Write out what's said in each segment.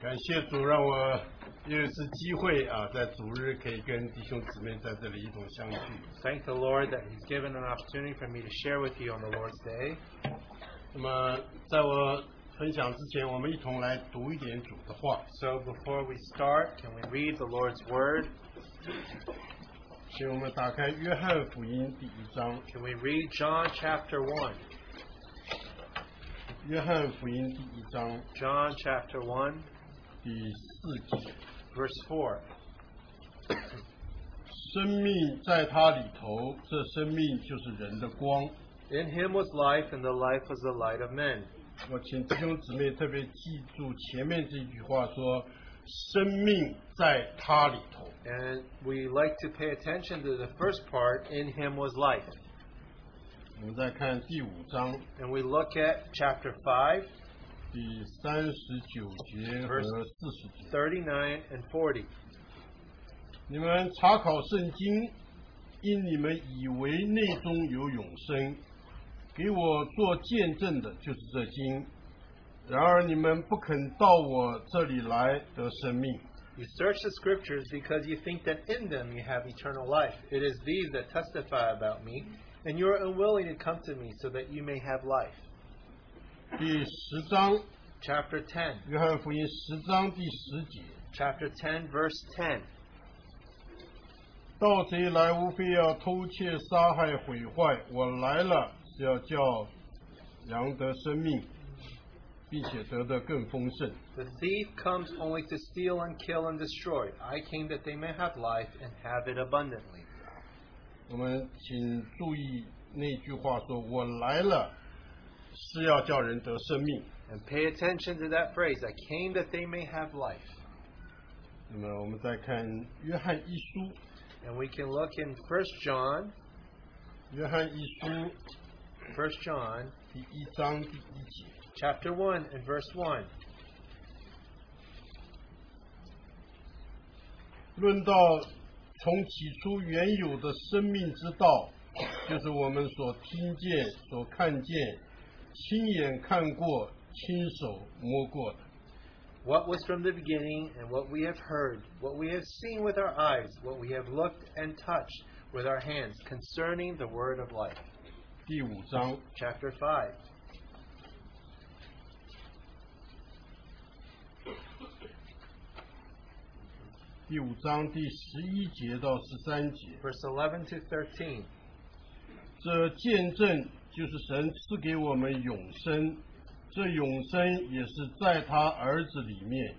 感谢主让我又一次机会啊，在主日可以跟弟兄姊妹在这里一同相聚。 Thank the Lord that He's given an opportunity for me to share with you on the Lord's Day. 那么，在我分享之前，我们一同来读一点主的话。 So before we start, can we read the Lord's Word? 请我们打开约翰福音第一章， Can we read John chapter 1? 约翰福音第一章 John chapter 1, 第四节。 verse 4. 生命在它里头，这生命就是人的光。 In Him was life, and the life was the light of men. 我请弟兄姊妹特别记住前面这句话说：“生命在它里头。 And we like to pay attention to the first part, in Him was life. ”我们再看第五章 And we look at chapter 5, 第三十九节和 Verse- 四十节。 39 and 40. 你们查考圣经，因你们以为内中有永生，给我做见证的就是这经。然而你们不肯到我这里来得生命。 You search the scriptures because you think that in them you have eternal life. It is these that testify about me, and you are unwilling to come to me so that you may have life. 第十章， Chapter 10. 约翰福音十章第十节， Chapter 10, verse 10. 盗贼来无非要偷窃、杀害、毁坏。我来了是要叫羊得生命，并且得的更丰盛。 The thief comes only to steal and kill and destroy. I came that they may have life and have it abundantly. 我们请注意那句话说：“我来了，是要叫人得生命。 And pay attention to that phrase I came that they may have life. ”那么我们再看约翰一书， And we can look in 1 John, 约翰一书1 John 第一章第一节， chapter 1 and verse 1. 论到从起初原有的生命之道，就是我们所听见、所看见、亲眼看过、亲手摸过的。 What was from the beginning, and what we have heard, what we have seen with our eyes, what we have looked and touched with our hands, concerning the word of life. 第五章 Chapter 5. 第五章第十一节到十三节。 Verse 11 to 13. 这见证就是神赐给我们永生，这永生也是在他儿子里面。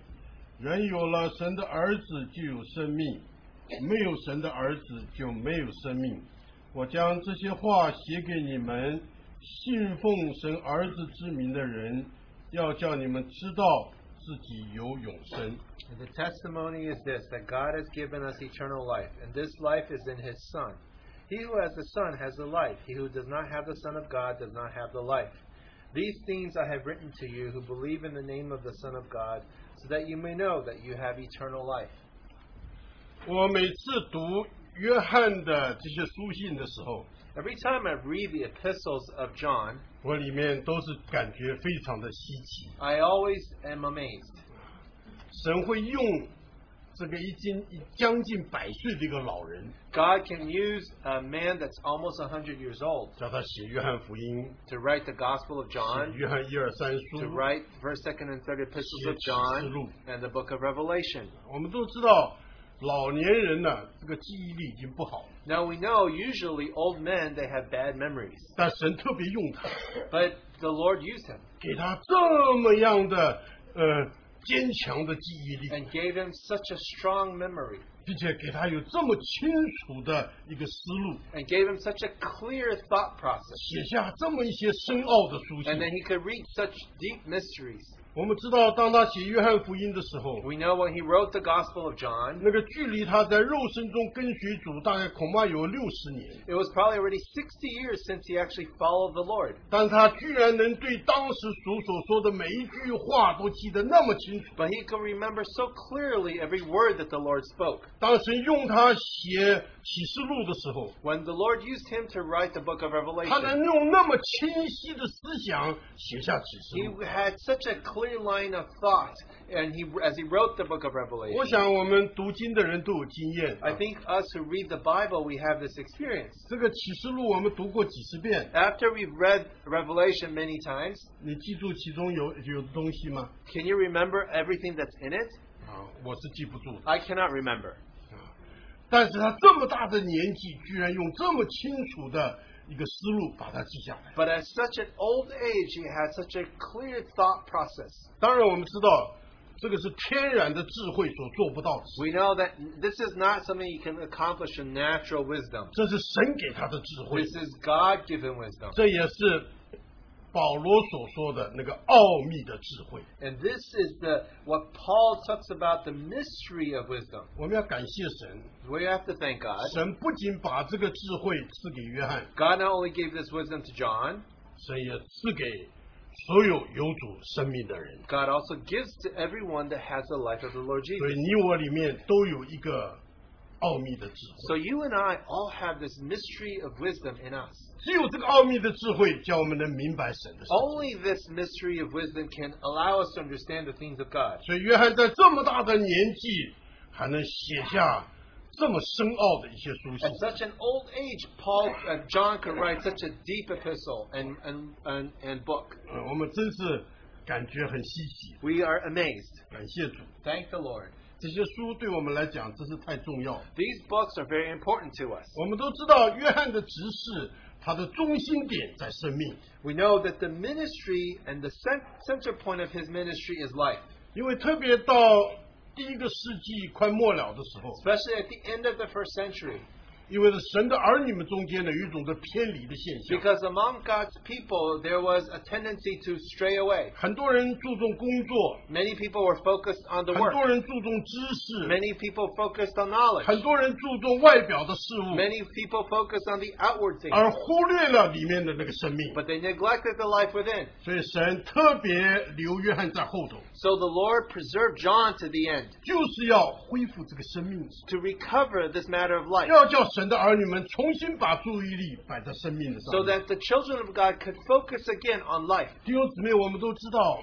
人有了神的儿子就有生命，没有神的儿子就没有生命。我将这些话写给你们，信奉神儿子之名的人，要叫你们知道自己有永生。 And the testimony is this that God has given us eternal life, and this life is in his Son. He who has the Son has the life. He who does not have the Son of God does not have the life. These things I have written to you who believe in the name of the Son of God, so that you may know that you have eternal life. 我每次读约翰的这些书信的时候， Every time I read the epistles of John, 我里面都是感觉非常的稀奇。 I always am amazed. 神会用这个已经将近百岁的一个老人， God can use a man that's almost 100 years old 叫他写约翰福音， to write the Gospel of 写 John, 约翰一二三 to 书。 write 1st, 2nd, and 3rd epistles of John, and the book of Revelation. 我们都知道，老年人呢、这个记忆力已经不好， Now we know usually old men, they have bad memories, 但神特别用他， but the Lord used him 给他这么样的呃坚强的记忆力， and gave him such a strong memory 并且给他有这么清楚的一个思路， and gave him such a clear thought process. 写下这么一些深奥的书信 And then。he could read such deep mysteries. 我们知道，当他写约翰福音的时候， We know when he wrote the Gospel of John, 那个距离他在肉身中跟随主，大概恐怕有六十年。 It was probably already 60 years since he actually followed the Lord. 但他居然能对当时主所说的每一句话都记得那么清楚。 But he could remember so clearly every word that the Lord spoke. 当神用他写启示录的时候， When the Lord used him to write the book of 他能 Revelation, 用那么清晰的思想写下启示 he 录。 had such a clear every line of thought, and he as he wrote the book of 我 Revelation. 想我们读经的人都有经验。 I think us who read the Bible, we have this experience. 这个启示录我们读过几十遍， After we've read Revelation many times, 你记住其中有有的东西吗？ can you remember everything that's in it? 啊，我是记不住的。 I cannot remember. 但是他这么大的年纪，居然用这么清楚的一个思路把它记下来。 But at such an old age, he had such a clear thought process. 当然，我们知道这个是天然的智慧所做不到的事， We know that this is not something you can accomplish in natural wisdom. 这是神给他的智慧 This，is God given wisdom. 这也是保罗所说的那个奥秘的智慧。 And this is the what Paul talks about the mystery of wisdom. 我们要感谢神， We have to thank God. 神不仅把这个智慧赐给约翰， God not only gave this wisdom to John, 神也赐给所有有主生命的人。 God also gives to everyone that has the life of the Lord 所 Jesus. 以你我里面都有一个奥秘的智慧， So you and I all have this mystery of wisdom in us. 只有这个奥秘的智慧，叫我们能明白神的事。 Only this mystery of wisdom can allow us to understand the things of God. 所以约翰在这么大的年纪，还能写下这么深奥的一些书信 At，such an old age, Paul uh, John could write such a deep epistle and, and, and, and book. 呃我们真是感觉很稀奇， We are amazed. 感谢主。 Thank the Lord. 这些书对我们来讲真是太重要了。 These books are very important to us. 我们都知道约翰的执事，他的中心点在生命， We know that the ministry and the cen- center point of his ministry is life. 因为特别到第一个世纪快末了的时候， Especially at the end of the first century. 因为是神的儿女们中间呢有一种的偏离的现象。 Because among God's people, there was a tendency to stray away. 很多人注重工作， Many people were focused on the 很 work. 多人注重知识， Many people focused on knowledge. 很多人注重外表的事物， Many people focused on the outward things. 而忽略了里面的那个生命。 But they neglected the life within. 所以神特别留约翰在后头， So the Lord preserved John to the end 就是要恢复这个生命， to recover this matter of life 要叫神的儿女们重新把注意力摆在生命的上 so 面。 that the children of God could focus again on life. 弟兄姊妹，我们都知道，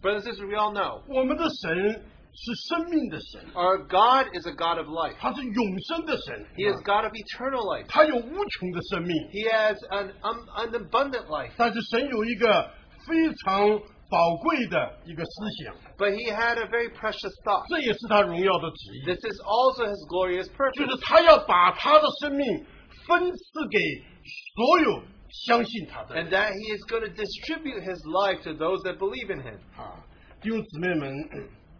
Brothers and sisters, we all know 我们的神是生命的神， our God is a God of life, 他是永生的神， He is God of eternal life, 他有无穷的生命。 He has an, um, an abundant life. 但是神有一个非常宝贵的一个思想， But He had a very precious thought. 这也是他荣耀的旨意， This is also His glorious 就 purpose 是他要把他的生命分赐给所有相信他的人 and that He is going to distribute His life to those that believe in Him. 啊。弟兄姊妹们，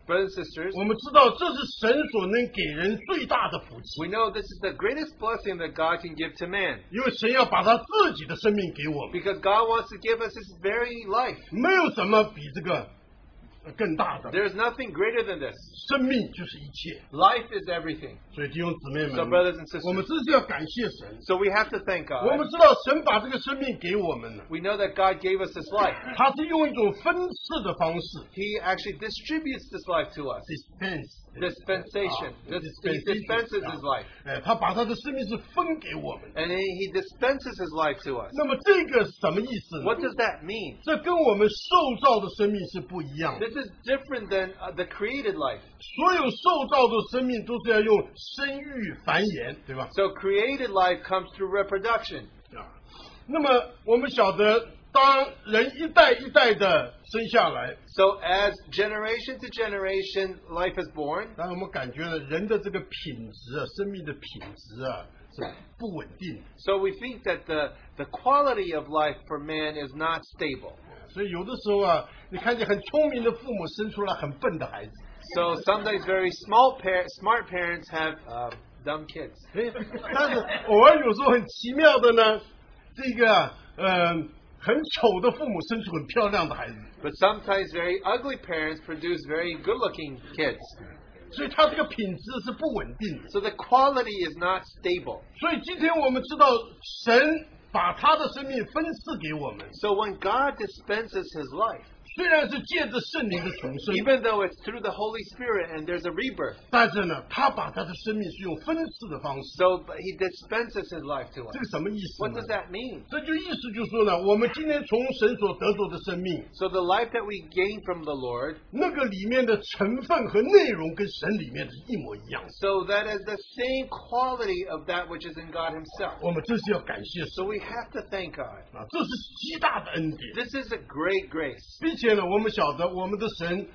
Brothers and sisters, 我们知道这是神所能给人最大的福气 we，know this is the greatest blessing that God can give to man 因为神要把他自己的生命给我们， because God wants to give us His very life. 没有什么比这个呃更大的。 There's nothing greater than this. 生命就是一切， Life is everything. 所以弟兄姊妹 So, 们， brothers and sisters, 我们真是要感谢神。 so we have to thank 我 God. 们知道神把这个生命给我们了。 We know that God gave us this life. 他是用一种分赐的方式 He actually distributes this life to us. dispense Dispensation. 啊 Dis- he dispenses his life. 哎，他把他的生命是分给我们的。 And he he dispenses his life to us. 那么这个是什么意思呢 What does that mean? 这跟我们受造的生命是不一样的。 This is different than uh, the created life. 所有受造的生命都是要用生育繁衍，对吧？ So created life comes through reproduction. 啊，那么我们晓得，当人一代一代的生下来， So as generation to generation life is born, 但我们感觉人的这个品质啊，生命的品质啊是不稳定的。 so we think that the, the quality of life for man is not stable. 所以有的时候啊，你看见很聪明的父母生出来很笨的孩子， So sometimes very small par- smart parents have um, dumb kids. 哎，但是偶尔有时候很奇妙的呢，这个啊呃很丑的父母生出很漂亮的孩子， But sometimes very ugly parents produce very good-looking kids. 所以他这个品质是不稳定的。 So the quality is not stable. 所以今天我们知道，神把他的生命分赐给我们， So when God dispenses his life, 虽然是借着圣灵的重生， Even though it's through the Holy Spirit and there's a rebirth, 但是呢，他把他的生命是用分赐的方式， so He dispenses His life to us. 这个什么意思 What 呢 does？that mean? 这就意思就是说呢，我们今天从神所得着的生命， So the life that we gain from the Lord, 那个里面的成分和内容跟神里面的一模一样。 so that is the same quality of that which is in God Himself. 我们真是要感谢神 So we have to thank God. 啊，这是极大的恩典， This is a great grace. 并且呢，我们晓得我们的神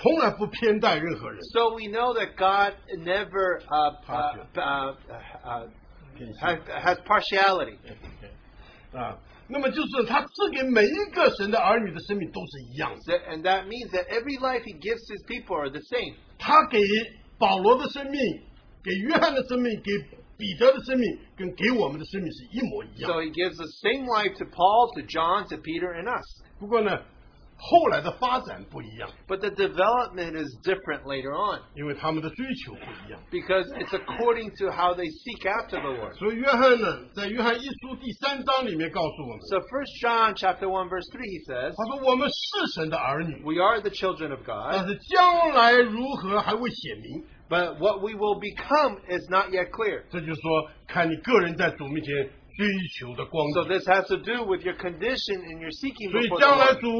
从来不偏待任何人， So we know that God never uh, uh, uh, uh, 偏心 has, has partiality. 哎啊。那么就是他赐给每一个神的儿女的生命都是一样的， That- And that means that every life He gives His people are the same. 他给保罗的生命、给约翰的生命、给彼得的生命，跟给我们的生命是一模一样 So。He gives the same life to Paul, to John, to Peter, and us. 不过呢，后来的发展不一样， But the development is different later on 因为他们的追求不一样。 because it's according to how they seek after the Lord. 所以约翰呢，在约翰一书第三章里面告诉我们， So First John chapter one verse three he says, 他说我们是神的儿女， "We are the children of 但 God, 是将来如何还未显明。 but what we will become is not yet clear." 这就是说，看你个人在主面前追求的光 So 景。 this has to do with your condition and your seeking 所以 before the 将来 Lord. 主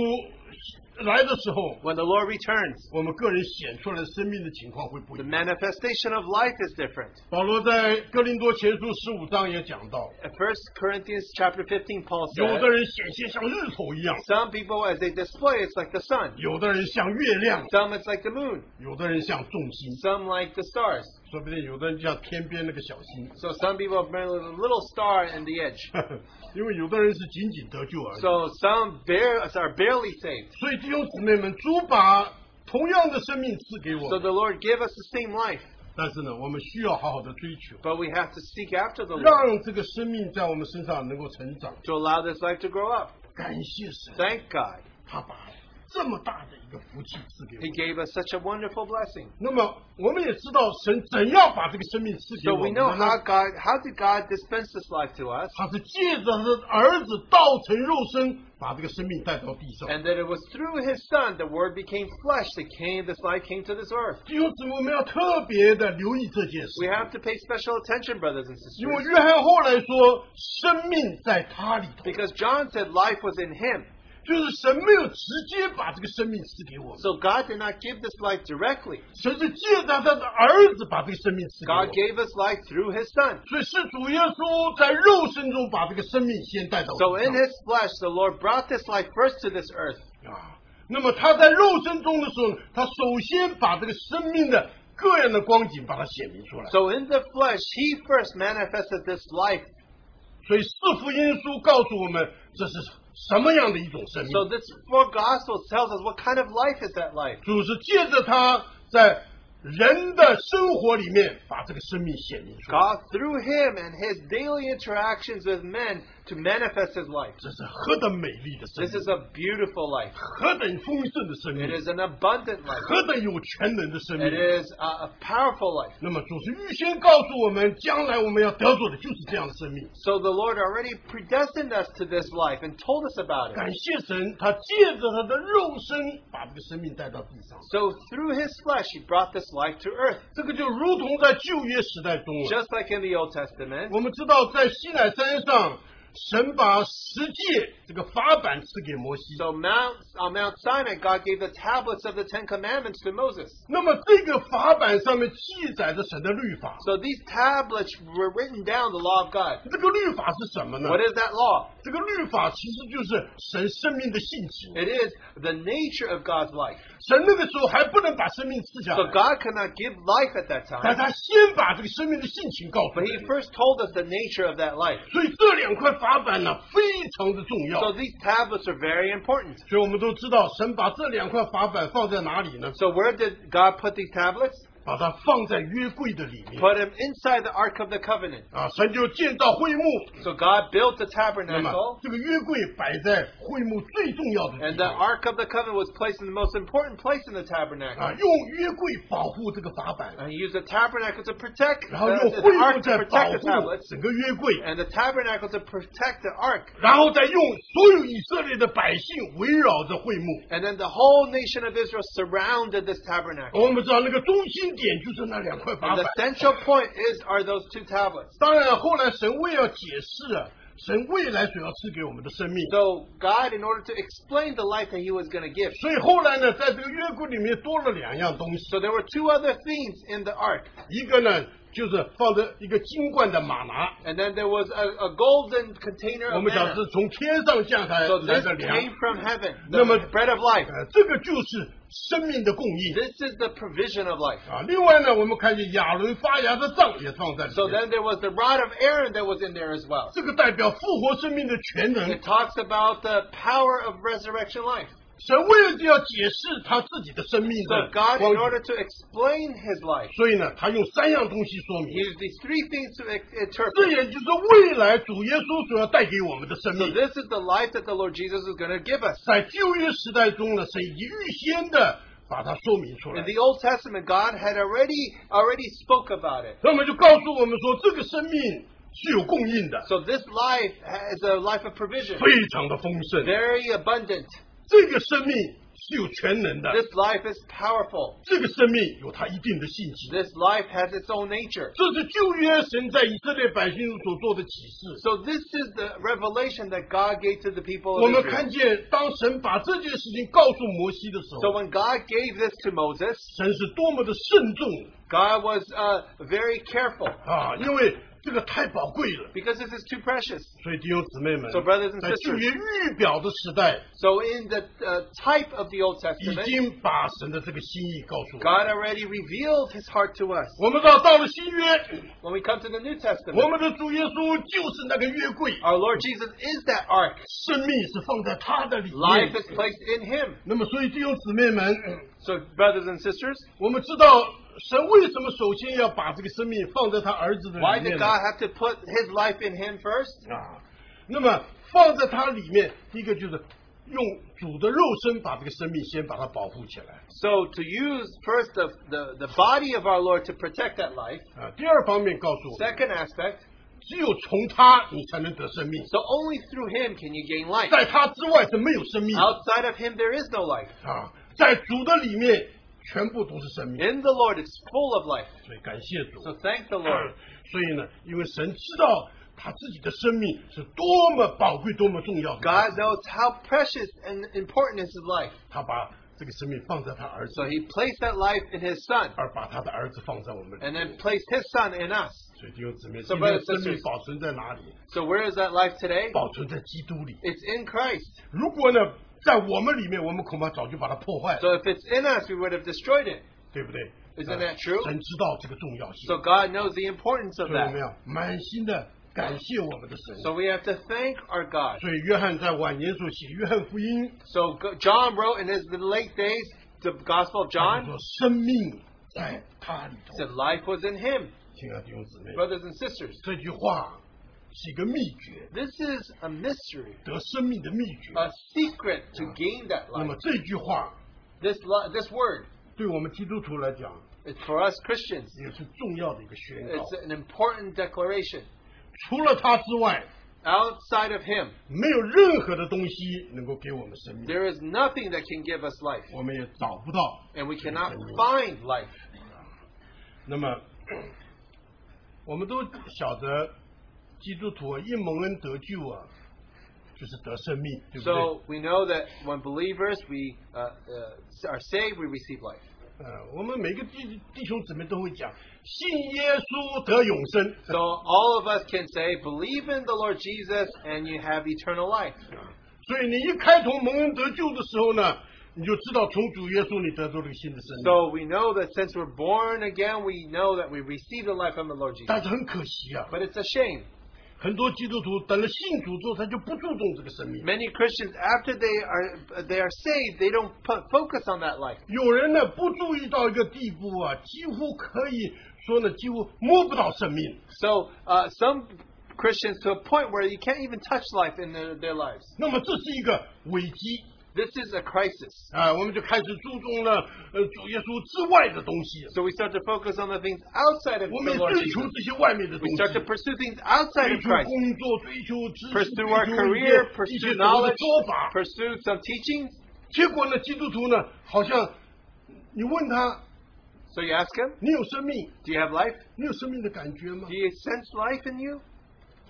来的时候， When the Lord returns, 我们个人显出来的生命的情况会不 the 一样。 manifestation of life is different. 保罗在哥林多前书十五章也讲到， At uh, First Corinthians chapter fifteen, Paul 有的 says, 人显现像日头一样， "Some people, as they display, it's like the sun; 有的人像月亮， some it's like the moon; 有的人像众星， some like the stars." 说不定有的人像天边那个小星， So some people have merely a little star in the edge. 因为有的人是仅仅得救而已。 So some bare, are barely saved. 所以弟兄姊妹们，主把同样的生命赐给我 So 们， the Lord gave us the same life, 但是呢，我们需要好好的追求， but we have to seek after the Lord 让这个生命在我们身上能够成长。 to allow this life to grow up. 感谢神， Thank God. 他把这么大的一个福气赐给我 He 们。 gave us such a wonderful blessing. 那么我们也知道神怎样把这个生命赐给 So 我 we 们 know 的呢 how God, how did God dispense this life to us? 他是借着他的儿子道成肉身，把这个生命带到地上。 And that it was through His Son the Word became flesh. That came, this life came to this earth. 弟兄姊妹，我们要特别的留意这件事 We。have to pay special attention, brothers and 因为 sisters, 约翰后来说，生命在他里头， because John said life was in Him. 就是神没有直接把这个生命赐给我们， So God did not give this life directly. 神是借着他的儿子把这个生命赐给我们。God gave us life through His Son. 所以是主耶稣在肉身中把这个生命先带到 So 地 in 上 His flesh, the Lord brought this life first to this earth. 啊。那么他在肉身中的时候，他首先把这个生命的各样的光景把它显明出来。 So in the flesh, He first manifested this life. 所以四福音书告诉我们，这是什么样的一种生命 So？this four gospels tells us what kind of life is that life. 主是借着他在人的生活里面把这个生命显明出来。 God through Him and His daily interactions with men to manifest His life. 这是何等美丽的生命，This is a beautiful life. 何等丰盛的生 It 命， is an abundant life. 何等有全能的生命。It is a, a powerful life. 那么，主是预先告诉我们，将来我们要得着的就是这样的生命。 So the Lord already predestined us to this life and told us about it. 感谢神，他借着他的肉身把这个生命带到地上。 So through His flesh, He brought this life to earth. 这个就如同在旧约时代中啊， Just like in the Old Testament, 我们知道在西乃山上，神把十诫这个法版赐给摩西。 So Mount, on Mount Sinai, God gave the tablets of the Ten Commandments to Moses. 那么这个法版上面记载着神的律法， So these tablets were written down the law of God. 这个律法是什么呢？ What is that law? 这个律法其实就是神生命的性质。 It is the nature of God's life. 神那个时候还不能把生命赐下 So 来， God could not give life at that 但 time, 他先把这个生命的性情告诉 but 你 He。first told us the nature of that life. 所以这两块法板呢非常的重要。 So these tablets are very important. 所以我们都知道，神把这两块法板放在哪里呢？ So where did God put these tablets? 把它放在约柜的里面 put him inside the Ark of the Covenant. 啊，神就建造会幕。 So God built the 那么 tabernacle, 这个约柜摆在会幕最重要的 and 地 the 方 Ark of the Covenant was placed in the most important place in the 啊， tabernacle. 用约柜保护这个法板， And he used the tabernacle to protect the, 然后用 the 会幕 ark 在保 to protect the 护 tablets, 整个约柜， and the tabernacle to protect the ark. 然后再用所有以色列的百姓围绕着会幕。 And then the whole nation of Israel surrounded this tabernacle. 我们知道那个中心点就是那两块法 And 板 the。central point is are those two tablets. 当然，后来神为要解释啊，神未来所要赐给我们的生命， So God, in order to explain the life that He was going to give, 所以后来呢，在这个约柜里面多了两样东西， so there were two other things in the ark, 一个呢就是放着一个金冠的马拿， and then there was a, a golden container 我 of 们讲 manna. 是从天上降下 So 来 this 的粮， came from heaven, 那么 the bread of life. 呃，这个就是生命的供应 This is the provision of life. 啊。另外呢，我们看见亚伦发芽的杖也放在里 So 面， then there was the rod of Aaron that was in there as well. 这个代表复活生命的全能 It。talks about the power of resurrection life. 神为了要解释他自己的生命 So 的 God, 光 in 景 order to explain His life, 所以呢，他用三样东西说 He 明。 used these three things to ex- 这 interpret. 也就是未来主耶稣所要带给我们的生 So 命。 this is the life that the Lord Jesus is going to give us. 在旧约时代中呢，神已经预先的把它说明出来，In the Old Testament, God had already already spoke about it. 那么就告诉我们说，这个生命是有供应的， So this life is a life of provision, 非常的丰盛。 very abundant. 这个生命是有全能的， This life is powerful. 这个生命有它一定的性质。 This life has its own nature. 这是旧约神在以色列百姓所做的启示。 So this is the revelation that God gave to the people 我们 of 看 Israel. 见，当神把这件事情告诉摩西的时 So 候， when God gave this to Moses, 神是多么的慎重 God was uh, very careful 啊！因为这个太宝贵了。 because this is too precious. 所以弟兄姊妹们 So brothers and，在 sisters 旧约预表的时代， So in the uh, type of the 已 Old Testament, 经把神的这个心意告诉我们。 God already revealed His heart to us. 我们知道，到了新约， When we come to the New Testament, 我们的主耶稣就是那个约柜， Our Lord Jesus is that ark. 生命是放在他的里 Life is 面。 placed in Him. 那么，所以弟兄姊妹们， So, brothers and sisters, 我们知道神为什么首先要把这个生命放在他儿子的 why 里面呢 did God have to put His life in Him first? 啊？那么放在他里面，第一个就是用主的肉身把这个生命先把它保护起来 So, to use first the, the, the body of our Lord to protect that life. 啊。第二方面告诉我们， Second aspect, 只有从他你才能得生命。 so only through Him can you gain life. 在他之外是没有生命的 Outside of Him, there is no life. 啊，在主的里面全部都是生命， In the Lord, it's full of life. 所以感谢主。 So, thank the Lord. 所以呢，因为神知道他自己的生命是多么宝贵、多么重要的 God，knows how precious and important is His life. 他把这个生命放在他儿子 So, He placed that life in His Son 而把他的儿子放在我们里 and 面。 then placed His Son in us. 所以弟兄姊妹， So 今天的 brothers 生 and 命 sisters- 保存在哪里？ So, where is that life today? 保存在基督里。 It's in Christ. 如果呢，在我们里面，我们恐怕早就把它破坏了， So if it's in us, we would have destroyed it. 对不对？ Isn't 啊 that true? 神知道这个重要性 So，God knows the importance 所 of 以我们 that. 要满心的感谢我们的神。 So we have to thank our God. 所以约翰在晚年所写《约翰福音》， So G- John wrote in his late days, the Gospel of 他 John 说生命在他里头。 said life was in him, 亲爱的弟兄姊妹， brothers and sisters. 这句话是一个秘诀， This is a mystery, 得生命的秘诀。 a secret to gain that 那么 life. 这句话 This li- this word, 对我们基督徒来讲 it's for us Christians, 也是重要的一个宣告。 it's an important declaration. 除了他之外， Outside of him, 没有任何的东西能够给我们生命， there is nothing that can give us life, 我们也找不到。 and we cannot find life. 那么 我们都晓得，基督徒啊因蒙恩得救啊，就是得生命，对不对？ So we know that when believers we uh, uh, are saved, we receive life. 呃，我们每个弟弟兄姊妹都会讲，信耶稣得永生。 So all of us can say, believe in the Lord Jesus, and you have eternal life. 所以你一开头蒙恩得救的时候呢，你就知道从主耶稣你得到了一个新的生命。 So we know that since we're born again, we know that we receive the life from the Lord Jesus. 但是很可惜啊， But it's a shame. 很多基督徒等了信主之后，他就不注重这个生命。 Many Christians, after they are they are saved, they don't put, focus on that life. 有人呢不注意到一个地步啊，几乎可以说呢，几乎摸不到生命。 So uh, some Christians to a point where you can't even touch life in their, their lives. 那么这是一个危机 This is a crisis. 啊，我们就开始注重了呃主耶稣之外的东西， So we start to focus on the things outside of 我们也 the Lord 追求 Jesus. 这些外面的东 We 西。 start to pursue things 追 outside of 求 Christ. 工作，追求知识，追 Pursue our 求一 career, 些一 pursue 些所谓的 knowledge, 做法。 pursue some teaching. 结果呢，基督徒呢，好像你问他， So you ask him, 你有生命， Do you have life? 你有生命的感觉吗 Do？you sense life in you?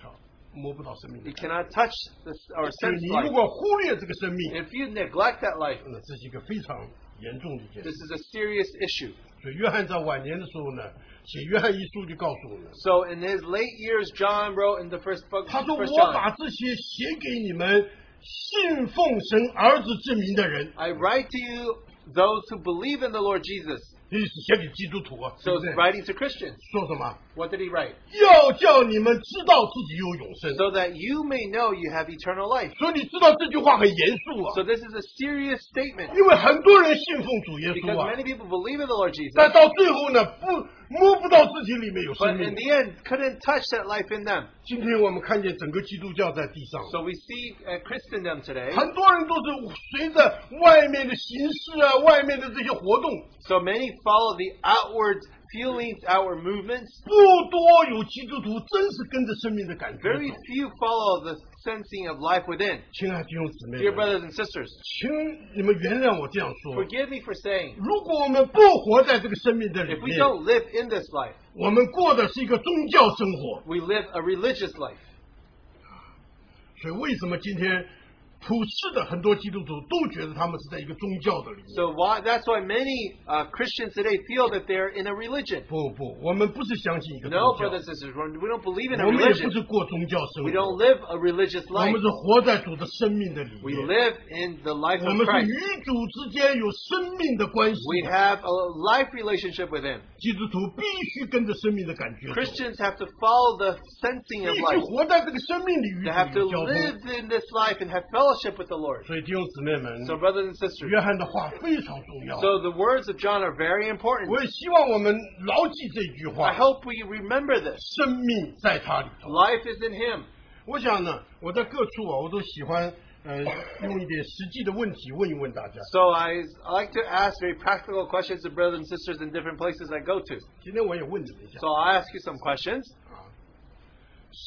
他摸不到生命的 You 感觉。 cannot touch this or 所以 sense 你如 life. 果忽略这个生命， If you neglect that life, 那这是一个非常严重的一件 this 事。 is a serious issue. 所以约翰在晚年的时候呢，写约翰一书就告诉我们， So in his late years, John wrote in the first book, 他说：“ first 我 John, 把这些写给你们信奉神儿子之名的人， I write to you those who believe in the Lord Jesus. 这是写给基督徒啊，对 So 不对？he's writing to Christians. 说什么？ What did he write? 要叫你们知道自己有永生。” So that you may know you have eternal life. 所以你知道这句话很严肃啊 So，this is a serious statement 因为很多人信奉主耶 because 稣啊， many people believe in the Lord Jesus, 但到最后呢，不摸不到自己里面有生 but 命 in。the end couldn't touch that life in them. 今天我们看见整个基督教在地上， So we see uh, Christendom today. 很多人都是随着外面的形式啊，外面的这些活动， So many follow the outward feelings, outward movements. 不多有基督徒真是跟着生命的感觉 Very 走。 few follow the sensing of life within. 亲爱的弟兄姊妹们，Dear brothers and sisters, 请你们原谅我这样说。 forgive me for saying, 如果我们不活在这个生命的里 if we 面， don't live in this life, 我们过的是一个宗教生活。 we live a religious life. 所以为什么今天普世的很多基督徒都觉得他们是在一个宗教的里面？ So why, that's why many uh, Christians today feel that they're in a religion. 不不，我们不是相信一个宗 No, 教 brothers and sisters, we're- we don't believe in a 我们也 religion. 不是过宗教生 We 活 don't，live a religious 我 life. 们是活在主的生命的里 We 面。 live in the life 我 of 们是 Christ. 与主之间有生命的关系 We 的， have a life relationship with Him. 基督徒必须跟着生命的感觉走， Christians have to follow the sensing 必 of 须 life. 活在这个生命里与 They have 主有 to 交通。 live in this life and have fellowship with the Lord. 所以弟兄姊妹们， So, brothers and sisters, 约翰的话非常重要， so the words of John are very important. 我也希望我们牢记这句 I 话： hope we remember this. 生命在他里头。 Life is in Him. 我想呢，我在各处啊，我都喜欢呃用一点实际的问题问一问大家。 So, I I like to ask very practical questions to brothers and sisters in different places I go to. 今天我也问你们一下 So, I'll ask you some questions. 啊，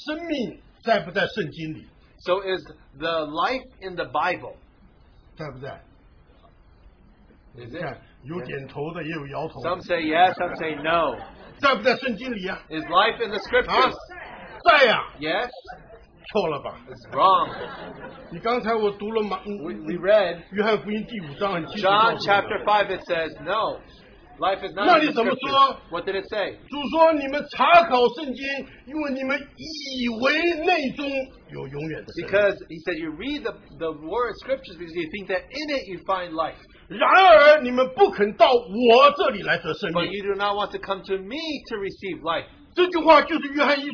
生命在不在圣经里？ So, is the life in the Bible? 在不在？ Is 你 it? 看，有点头的，也有摇头的。 Some say yes, some say no. 在不在圣经里啊？ Is life in the 啊 scriptures?，在呀、 Yes, 错了吧？ it's wrong. 你刚才我读了马，嗯 We, 嗯 we read 约翰福音第五章很清楚告诉 John 我 chapter 们。 5, it says no. Life is not in the 那你怎么说？ scriptures. What did it say? 主说：“你们查考圣经，因为你们以为内中有永远的生命。 Because he said you read the, the word scriptures because you think that in it you find life. 然而你们不肯到我这里来得生 But 命。 you do not want to come to me to receive life. ”这句话就是约翰一书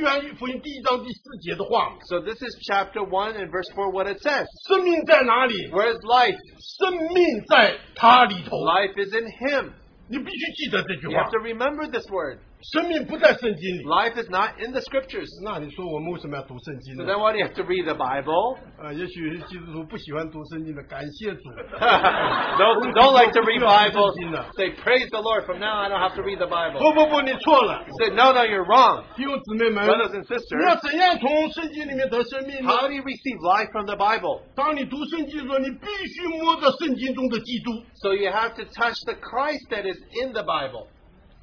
约翰福音第一章第四节的话嘛。 So this is chapter 1 and verse 4 what it says. 生命在哪里？ Where is life? 生命在他里头。 Life is in him. 你必须记得这句 You 话 have to。remember this word. 生命不在圣经里。 Life is not in the scriptures. 那你说我们为什么要读圣经 So 呢 then？why do you have to read the Bible? 呃，也许基督徒不喜欢读圣经的，感谢主。 don't, don't like to read Bibles. Say, praise the Lord. From now on, I don't have to read the 不 Bible. 不不，你错了， Say, no, no, you're wrong. 弟兄姊妹们， Brothers and 你要 sisters, 怎样从圣经里面得生命呢？ how do you receive life from the Bible? 当你读圣经的时候，你必须摸着圣经中的基督。 So you have to touch the Christ that is in the Bible.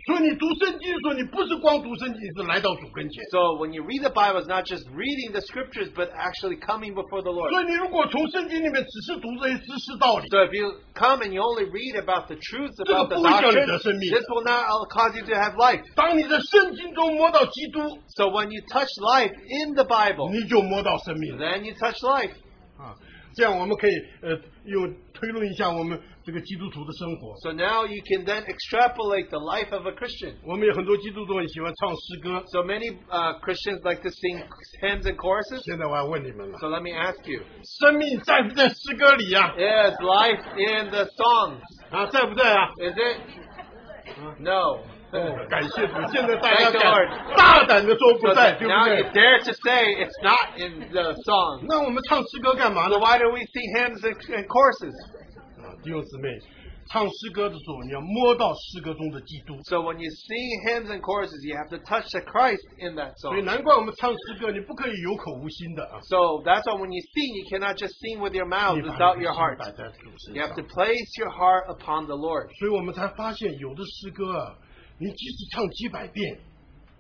所以你读圣经的时候，你不是光读圣经，你是来到主跟前。 So when you read the Bible, it's not just reading the scriptures, but actually coming before the Lord. 所以你如果从圣经里面只是读这些知识道理， So if you come and you only read about the truths about the 这个不会叫你 doctrine, 得生命。 this will not cause you to have life. 当你在圣经中摸到基督， So when you touch life in the Bible, 你就摸到生命了 then you touch life. 啊。这样我们可以呃，又推论一下我们这个基督徒的生活。 So now you can then extrapolate the life of a Christian. 我们有很多基督徒很喜欢唱诗歌。 So many uh, Christians like to sing hymns and choruses. 现在我要问你们了 So，let me ask you 生命在不在诗歌里呀、 Is life in the songs? 啊？在不在啊？ Is it? No. 哦，感谢主！现在大家 Thank you, 敢 Lord. 大胆的说 So 不在，对 now 不 you 对？ dare to say it's not in the songs. 那我们唱诗歌干嘛呢 So？why do we sing hymns and, and courses? 啊，弟兄姊妹，唱诗歌的时候，你要摸到诗歌中的基督。 So when you sing hymns and courses, you have to touch the Christ in that 所以 song. 难怪我们唱诗歌，你不可以有口无心的啊， So that's why when you sing, you cannot just sing with your 你 mouth 把 without 你的 your 心 heart. 摆在主身 You 上 have to。place your heart upon the Lord. 所以我们才发现，有的诗歌啊，你即使唱几百遍，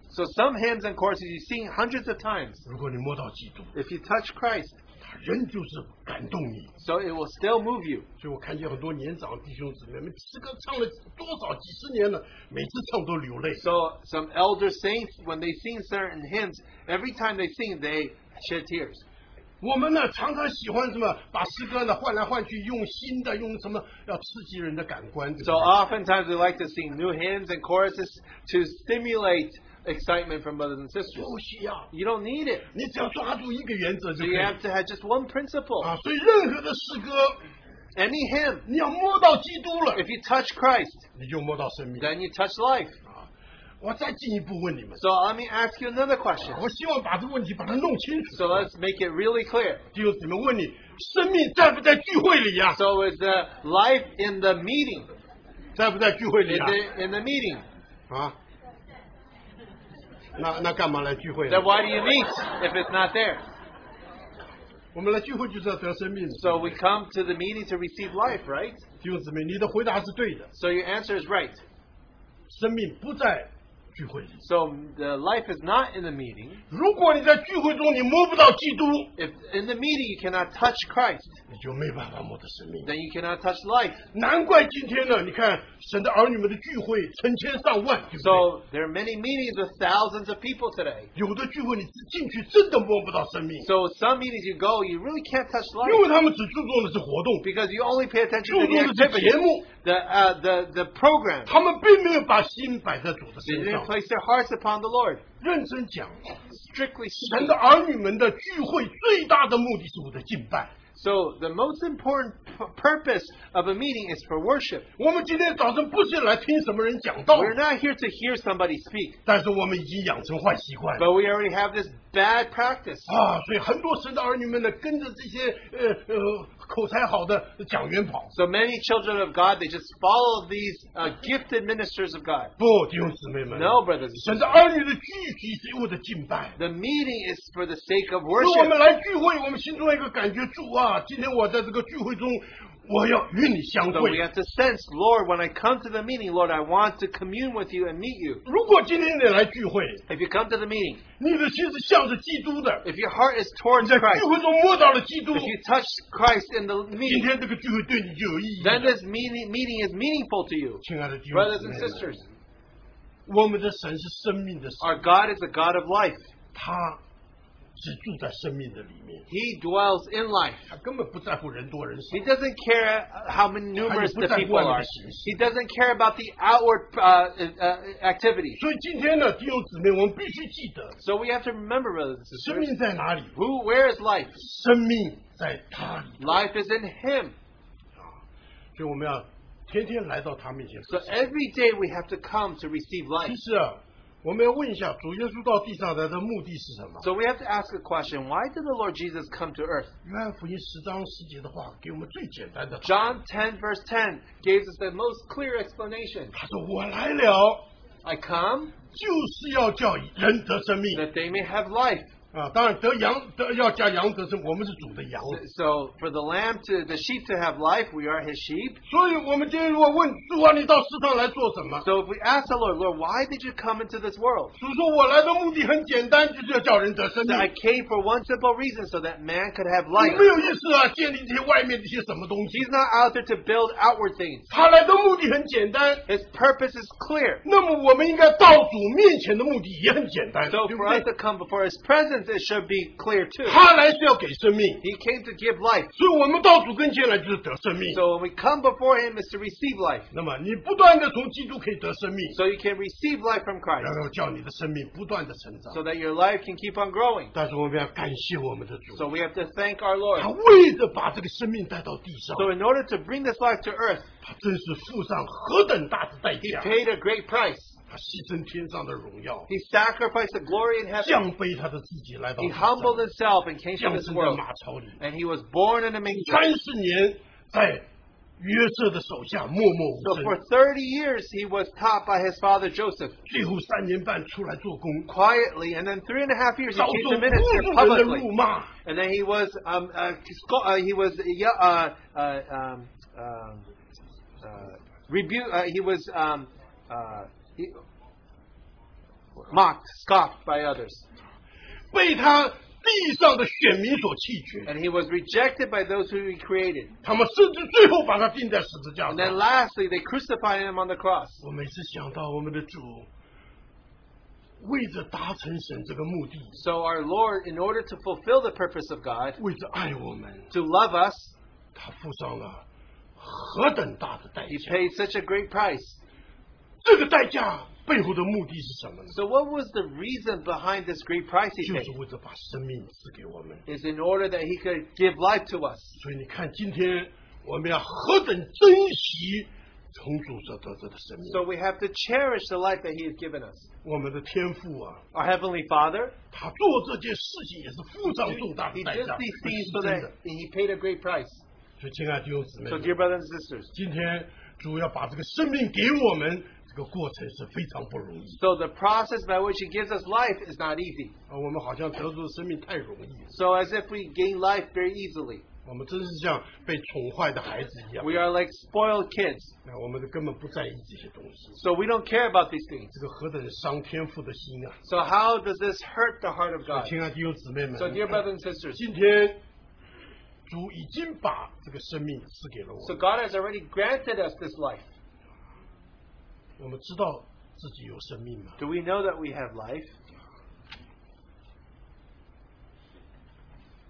So some hymns and courses you sing hundreds of times. 如果你摸到基督， If you touch Christ, 他仍旧是感动你。 so it will still move you. 所以我看见很多年长弟兄姊妹们，诗歌唱了多少几十年了，每次唱都流泪。 So some elder saints, when they sing certain hymns, every time they sing, they shed tears. 我们呢，常常喜欢什么，把诗歌呢换来换去，用新的，用什么要刺激人的感官。对不 So 对 oftentimes we like to sing new hymns and choruses to stimulate excitement from brothers and sisters. 不需要， You don't need it. 你只要抓住一个原则就 So 可以 you have to have just one principle. 啊。所以任何的诗歌， Any hymn. 你要摸到基督了， If you touch Christ, 你就摸到生命 then you touch life. 啊。我再进一步问你们， So let me ask you another question. 我希望把这个问题把它弄清 So 楚。 let's make it really clear. 弟兄姊妹问你，生命在不在聚会里呀、 So is the life in the meeting? 在不在聚会 Is 里呀、 it in the meeting? 啊？那那干嘛来聚会呢？啊 Then why do you meet if it's not there? 我们来聚会就是要得生命的。 So we come to the meeting to receive life, right? 弟兄姊妹，你的回答是对的， So your answer is right. 生命不在聚会里。 So the life is not in the meeting. 如果你在聚会中你摸不到基督， If in the meeting you cannot touch Christ, 你就没办法摸到生命。 then you cannot touch life. 难怪今天呢，你看神的儿女们的聚会成千上万，对不对？ So there are many meetings with thousands of people today. 有的聚会你进去真的摸不到生命， So some meetings you go, you really can't touch 因 life 为他们只注重的是活动， because you only pay attention 注 to the 重的是 activity, 节目， the uh, the the program. 他们并没有把心摆在主的 They 身 didn't 上。 place their hearts upon the Lord. 认真讲， Strictly 神 speaking. 的儿女们的聚会最大的目的是我的敬拜。 So the most important p- purpose of a meeting is for worship. 我们今天早晨不是来听什么人讲道， We're not here to hear somebody speak, 但是我们已经养成坏习惯了 but we already have this bad practice. 啊，所以很多神的儿女们呢，跟着这些呃呃口才好的讲员跑。 So many children of God, they just follow these uh, gifted ministers of God. 不，弟兄姊妹们， No, brothers and 神 sisters. 的儿女的聚集是我的敬拜。 The meeting is for the sake of 所以我们 worship. 来聚会，我们心中有一个感觉，主啊，今天我在这个聚会中，我要与你相 So we 会。 have to sense, Lord, when I come to the meeting, Lord, I want to commune with you and meet you. 如果今天你来聚会， If you come to the meeting, 你的心是向着基督的， if your heart is 你 towards 在 Christ, 聚会中摸到了基督， if you touch Christ in the 今 meeting, 天这个聚会对你就有意义了。 then this meeting, meeting is meaningful to you. 亲爱的弟兄 Brothers 姊 and 妹 sisters, 我们的神是生命的神， our God is the God of life. 他只住在生命的里面， He dwells in life. 他根本不在乎人多人少 He。doesn't care how many numerous the people are. 他也不在乎外面的形式。 He doesn't care about the outward uh, uh, activities. 所以今天呢，弟兄姊妹，我们必须记得， So we have to remember, brothers and 生 sisters, 命在哪里？ who, where is life? 生命在他里。 Life is in Him. 所以我们要天天来到他面前。 So every day we have to come to receive life. 其实啊，我们要问一下，主耶稣到地上来的目的是什么？ So we have to ask a question: Why did the Lord Jesus come to earth? 约翰福音十章十节的话，给我们最简单的答案。 John 10 verse 10 gives us the most clear explanation. 他说：“我来了， I come 就是要叫人得生命 that they may have life. 啊！当然得羊得要加羊得生，我们是主的羊。 So for the lamb to the sheep to have life, we are His sheep. 所以我们今天如果问主啊，你到世上来做什么？ So if we ask the Lord, Lord, why did you come into this world? 主说：我来的目的很简单，就是要叫人得生命。So I came for one simple reason, so that man could have 你 life. 没有意思啊，建立这些外面这些什么东西？ He's not out there to build outward things. 他来的目的很简单， His purpose is clear. 那么我们应该到主面前的目的也很简单， So 对不 for us 对？ to come before His presence and this should be clear too. 他来是要给生命， He came to give life. 所以我们到主跟前来就是得生命。 So when we come before Him, is to receive life. 那么你不断的从基督可以得生命， So you can receive life 然 from Christ, 后叫你的生命不断的成长 so。that your life can keep on growing. 但是我们要感谢我们的主， So we have to thank our Lord. 他为着把这个生命带到地上， So in order to bring this life to earth, 他真是付上何等大的代 He 价！ paid a great price. 他牺牲天上的荣耀， He sacrificed the glory in heaven. 降卑他的自己来到 He 地上 humbled Himself and came to 降 this 生在 world. 马槽里， And He was born in a manger. 三十年在约瑟的手下默默无 So 声， for 30 years, He was taught by His father Joseph 最后三年半出来做工， quietly. And then three and a half years, He 遭受 came 无 to minister 数人的 publicly. 辱骂， And then he was um, uh, sco- uh, he was uh, uh, uh, um, um, uh, rebu- uh, he was um, uh, he mocked, scoffed by others, 被他地上的选民所弃绝， and he was rejected by those who he created. 他们甚至最后把他钉在十字架 And then 上。 lastly, they crucified him on the cross. 我每次想到我们的主，为着达成神这个目的， So our Lord, in order to fulfill the purpose of God, 为着爱我们， to love us, 他付上了何等大的代 he 价！ paid such a great price. 这个代价背后的目的是什么呢？ So what was the reason behind this great price he 就 paid? 是为了把生命赐给我们。 Is in order that he could give life to us. 所以你看，今天我们要何等珍惜从主所得着的生命。 So we have to cherish the life that He has given us. 我们的天父啊， Our Heavenly Father, 他做这件事情也是付上重大 He 的代 did 价， these 这 things 是 so 真 that 的。 He paid a great price. 所以，亲爱的弟兄姊妹 So, dear brothers and sisters, 今天主要把这个生命给我们，这个过程是非常不容易 so the process by which He gives us life is not easy. 啊！我们好像得着生命太容易， So, as if we gain life very easily, 我们真是像被宠坏的孩子一样， we are like spoiled kids. 那我们根本不在意这些东西， So, we don't care about these things. 这个何等伤天父的心啊！ So, how does this hurt the heart of God? 亲爱的弟兄姊妹们， So, dear brothers and sisters, 今天主已经把这个生命赐给了我 so 们， God has already granted us this life. 我们知道自己有生命吗？ Do we know that we have life?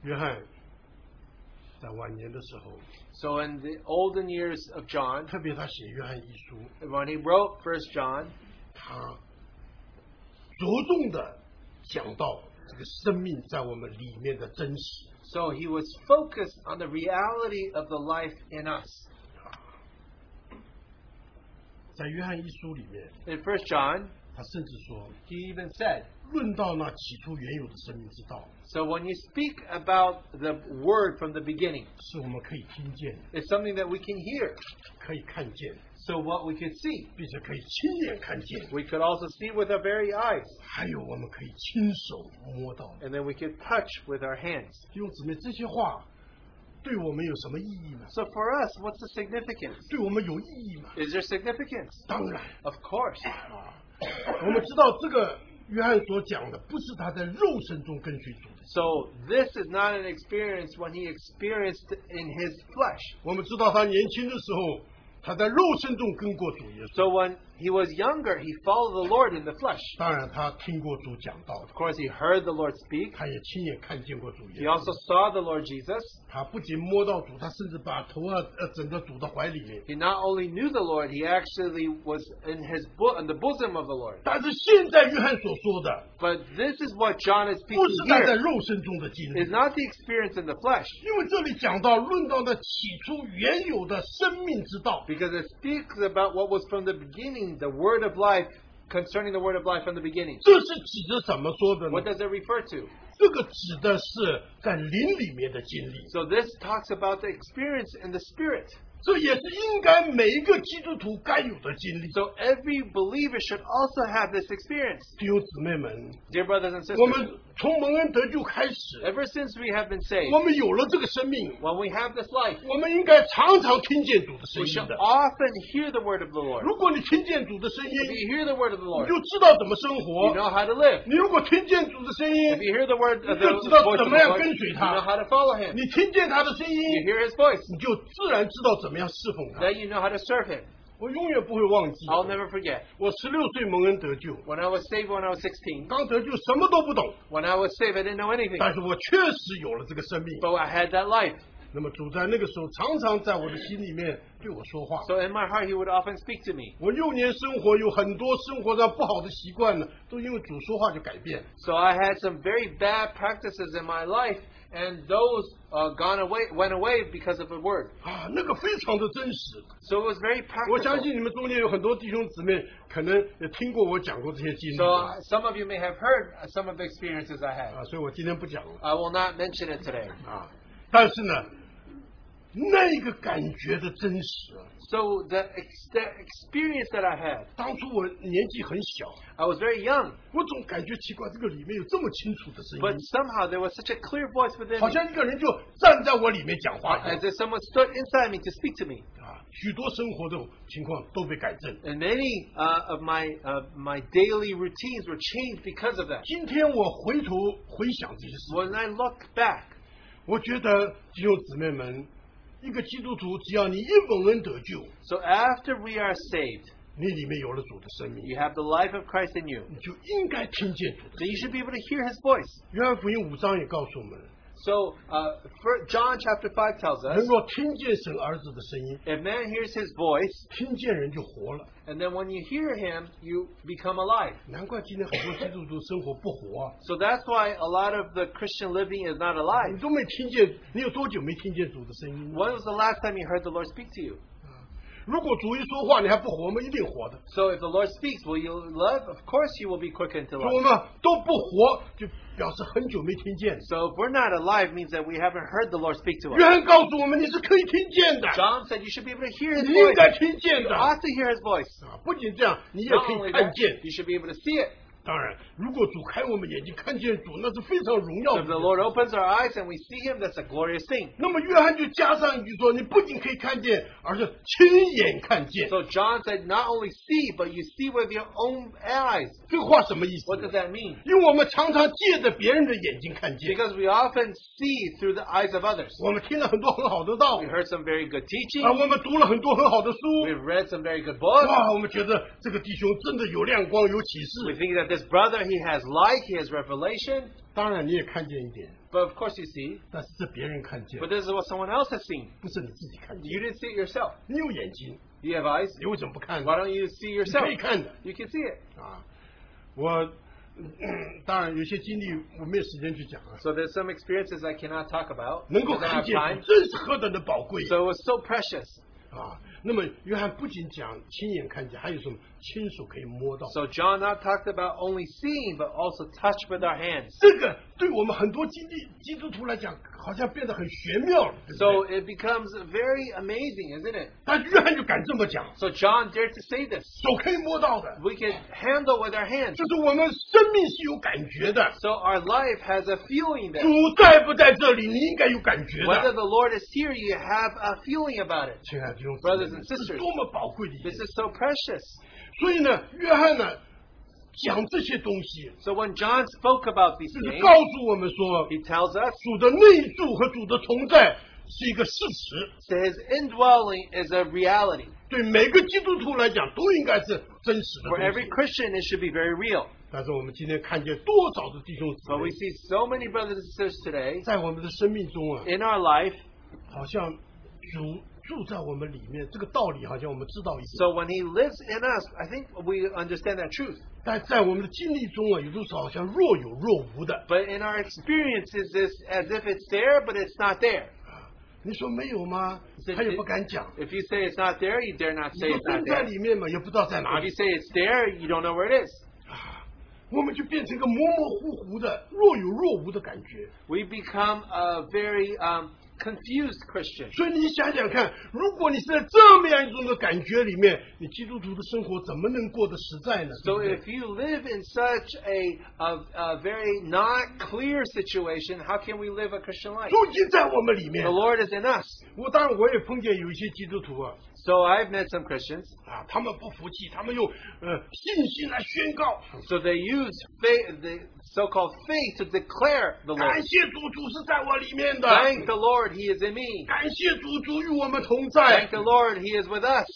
约翰在晚年的时候， So, in the olden years of John, 特别他写约翰一书， when he wrote First John, 他着重的讲到这个生命在我们里面的珍惜。 So he was focused on the reality of the life in us. 在约翰一书里面， In 1 John, 他甚至说， he even said, 论到那起初原有的生命之道， So when you speak about the word from the beginning, 是我们可以听见的、 it's something that we can hear. 可以看见的， So what we could see, 并且可以亲眼看见的， we could also see with our very eyes, 还有我们可以亲手摸到的。 and then we could touch with our hands. 弟兄姊妹，这些话对我们有什么意义呢？ So for us, what's the significance? 对我们有意义吗？ Is there significance? 当然， Of course. 我们知道这个约翰所讲的，不是他在肉身中跟随主的 So this is not an experience when he experienced in his flesh. 我们知道他年轻的时候，他在肉身中跟过主耶稣， So when he was younger, he followed the Lord in the flesh. 当然他听过主讲道的 Of，course, he heard the Lord speak. 他也亲眼看见过主耶 He 稣。 also saw the Lord Jesus. 他不仅摸到主，他甚至把头啊呃枕到主的怀里面。 He not only knew the Lord, he actually was in his bo- in the bosom of the Lord. 但是现在约翰所说的， But this is what John is 不 speaking 是他在 here. 肉身中的经历， It's not the experience in the flesh, 因为这里讲到论到那起初原有的生命之道， because it speaks about what was from the beginning, the word of life, concerning the word of life from the beginning. 这是指着什么说的 What 呢？ does it refer to? 这个指的是在灵里面的经历， So this talks about the experience in the spirit. 这也是应该每一个基督徒该有的经历。 So every believer should also have this experience. 弟兄姊妹们， Dear brothers and 我 sisters, 们从蒙恩得救开始， ever since we have been saved, 我们有了这个生命， when we have this life, 我们应该常常听见主的声音 We shall 的。 often hear the word of the Lord. 如果你听见主的声音， If you hear the word of the 你 Lord, 就知道怎么生 you 活； know how to live. 你如果听见主的声音 If，you hear the word of the 你就知道 voice 怎 of the 么样 Lord, 跟随他。 you know how to follow him. 你听见他的声音， You hear his voice, 你就自然知道怎么样侍奉他。 then you know how to serve him. 我我永远不会忘记。 I'll never forget. 我十六岁蒙恩得救， When I was saved when I was 16, 刚得救什么都不懂， when I was saved, I didn't know anything. 但是我确实有了这个生命。 But I had that life. 那么主在那个时候常常在我的心里面对我说话。 So in my heart, He would often speak to me. 我幼年生活有很多生活上不好的习惯呢，都因为主说话就改变了。 So I had some very bad practices in my life, and those uh, gone away, went away because of a word. 啊，那个非常的真实。 So it was very 我相 practical. 信你们中间有很多弟兄姊妹可能也听过我讲过这些经历 So uh, some of you may have heard uh, some of the experiences I had. 啊，所以我今天不讲了 I will not mention it today. 啊。但是呢，那个感觉的真实，啊， So the, ex- the experience that I had, 当初我年纪很小， I was very young, 我总感觉奇怪，这个里面有这么清楚的声 but 音， somehow there was such a clear voice within 好 me, 像一个人就站在我里面讲话一 as 样 if someone stood inside me to speak to me. 啊。许多生活的情况都被改正。 And many uh, of my uh, my daily routines were changed because of that. 今天我回头回想这些事， When I look back, 我觉得弟兄姊妹们，一个基督徒，只要你一蒙恩得救， so after we are saved, 你里面有了主的生命， you have the life of Christ in you. 你就应该听见主的。 So you should be able to hear His voice. 约翰福音五章也告诉我们， So uh, for John chapter five tells 人 us, 若听见神儿子的声音， if man hears His voice, 听见人就活了。 and then when you hear Him, you become alive. 难怪今天很多基督徒生活不活啊！ So that's why a lot of the Christian living is not 你 alive. 都没听见，你有多久没听见主的声音呢？ When was the last time you heard the Lord speak to you? 如果主一说话，你还不活吗？一定活的。 So if the Lord speaks, will you live? Of course you will be quickened to 所 life. 以我们都不活，就表示很久没听见。 So if we're not alive, means that we haven't heard the Lord speak to us. 约翰告诉我们，你是可以听见的。 John said you should be able to hear His 你应 voice. 该听见 You 的。 ought to hear His voice. 啊，不仅这样，你也 Not 可 only 以看 that, 见。 you should be able to see it. 当然，如果主开我们眼睛看见主，那是非常荣耀 If 的。the Lord opens our eyes and we see Him, that's a glorious thing. 那么约翰就加上一句说：“你不仅可以看见，而是亲眼看见。 So John said, not only see, but you see with your own eyes. ”这话什么意思 What does？that mean? 因为我们常常借着别人的眼睛看见， Because we often see through the eyes of others. 我们听了很多很好的道 We 理， heard some very good 啊， teaching. 我们读了很多很好的书， We've read some very good books. 哇，我们觉得这个弟兄真的有亮光，有启 We 示。 think that this brother, he has light, he has revelation. 当然你也看见一点， But of course you see. 但是是别人看见 But，this is what someone else has seen. 不是你自己看见。 You didn't see it yourself. 你有眼睛， You have eyes. 你为什么不看呢 Why？don't you see 你 yourself? 可以看的。 You can see it. 啊，我、嗯当然有些经历我没有时间去讲啊。 So there's some experiences I cannot talk about. 能够 because I 看 have 见 time. 真是何等的宝贵 So it was so precious. 啊！那么约翰不仅讲亲眼看见，还有什么亲手可以摸到？ So John not talked about only seeing, but also touch with our hands. 这个对我们很多基地基督徒来讲，好像变得很玄妙了。对不 So 对 it becomes very amazing, isn't it? 但约翰就敢这么讲， So John dared to say this. 手可以摸到的， We can handle with our hands. 就是我们生命是有感觉的。 So our life has a feeling there. 主在不在这里，你应该有感觉 Whether 的。 the Lord is here, you have a feeling about it. 亲爱的弟兄姊妹 Brothers and 这是 sisters. 多么宝贵的一件 This 事！ is so precious. 所以呢，约翰呢讲这些东西， So when John spoke about these 就是 things, 告诉我们说， he tells us 主的内住和主的同在是一个事实， that his indwelling is a reality. 对每个基督徒来讲都应该是真实的 For 东 every 西。 Christian, it should be very real. 但是我们今天看见多少的弟兄姊 But we 妹 see so many brothers and sisters today 在我们的生命中啊， in our life. 好像主住在我们里面，这个道理好像我们知道一些， So when he lives in us, I think we understand that truth. 但在我们的经历中啊，有的时候好像若有若无的。 But in our experiences, it's as if it's there, but it's not there. 你说没有吗？他也不敢讲。 If you say it's not there, you dare not 你 say 说 it's not 真在 there. 里面嘛，也不知道在哪 If you 里， say it's there, you don't know where it is. 我们就变成一个模模糊糊的、若有若无的感觉。 We become a very um, confused Christian. 所以你想想看，如果你是在这么样一种的感觉里面，你基督徒的生活怎么能过得实在呢？对 So 不对 if you live in such a, a, a very not clear situation, how can we live a Christian life? 主已经在我们里面 The。Lord is in us. 我当然我也碰见有一些基督徒啊， So I've met some Christians. 啊，他们不服气，他们用呃信心来宣告， So they use faith, the so-called faith to declare the 感 Lord. 谢主，主是在我里面的， Thank the Lord, He is in me. 感谢主，主与我们同在 Thank the。Lord, He is with us.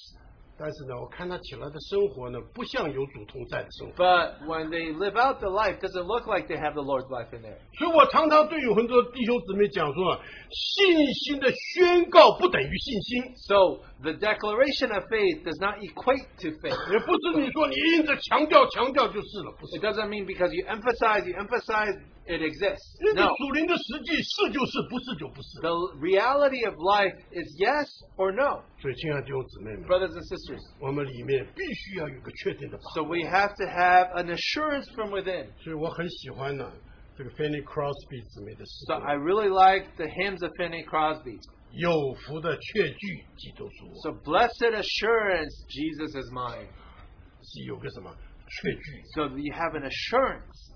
但是呢，我看他起来的生活呢，不像有主同在的生活， But when they live out the life, doesn't look like they have the Lord's life in there. 所以我常常对有很多弟兄姊妹讲说，信心的宣告不等于信心， So the declaration of faith does not equate to faith. 也不是你说你硬着强调强调就是了，不是 It。doesn't mean because you emphasize, you emphasize, it exists. 因为 No. 属灵的实际是就是，不是就不是。 The reality of life is yes or no, 所以，亲爱的弟兄姊妹们， brothers and sisters. 我们里面必须要有个确定的把 So we have to have an assurance from within. 握。所以我很喜欢呢这个 Fanny Crosby 姊妹的诗 So I 歌， really like the hymns of Finney Crosby. 有福的确据，基督属我， So blessed assurance, Jesus is mine. 是有个什么确据？ So you have an assurance.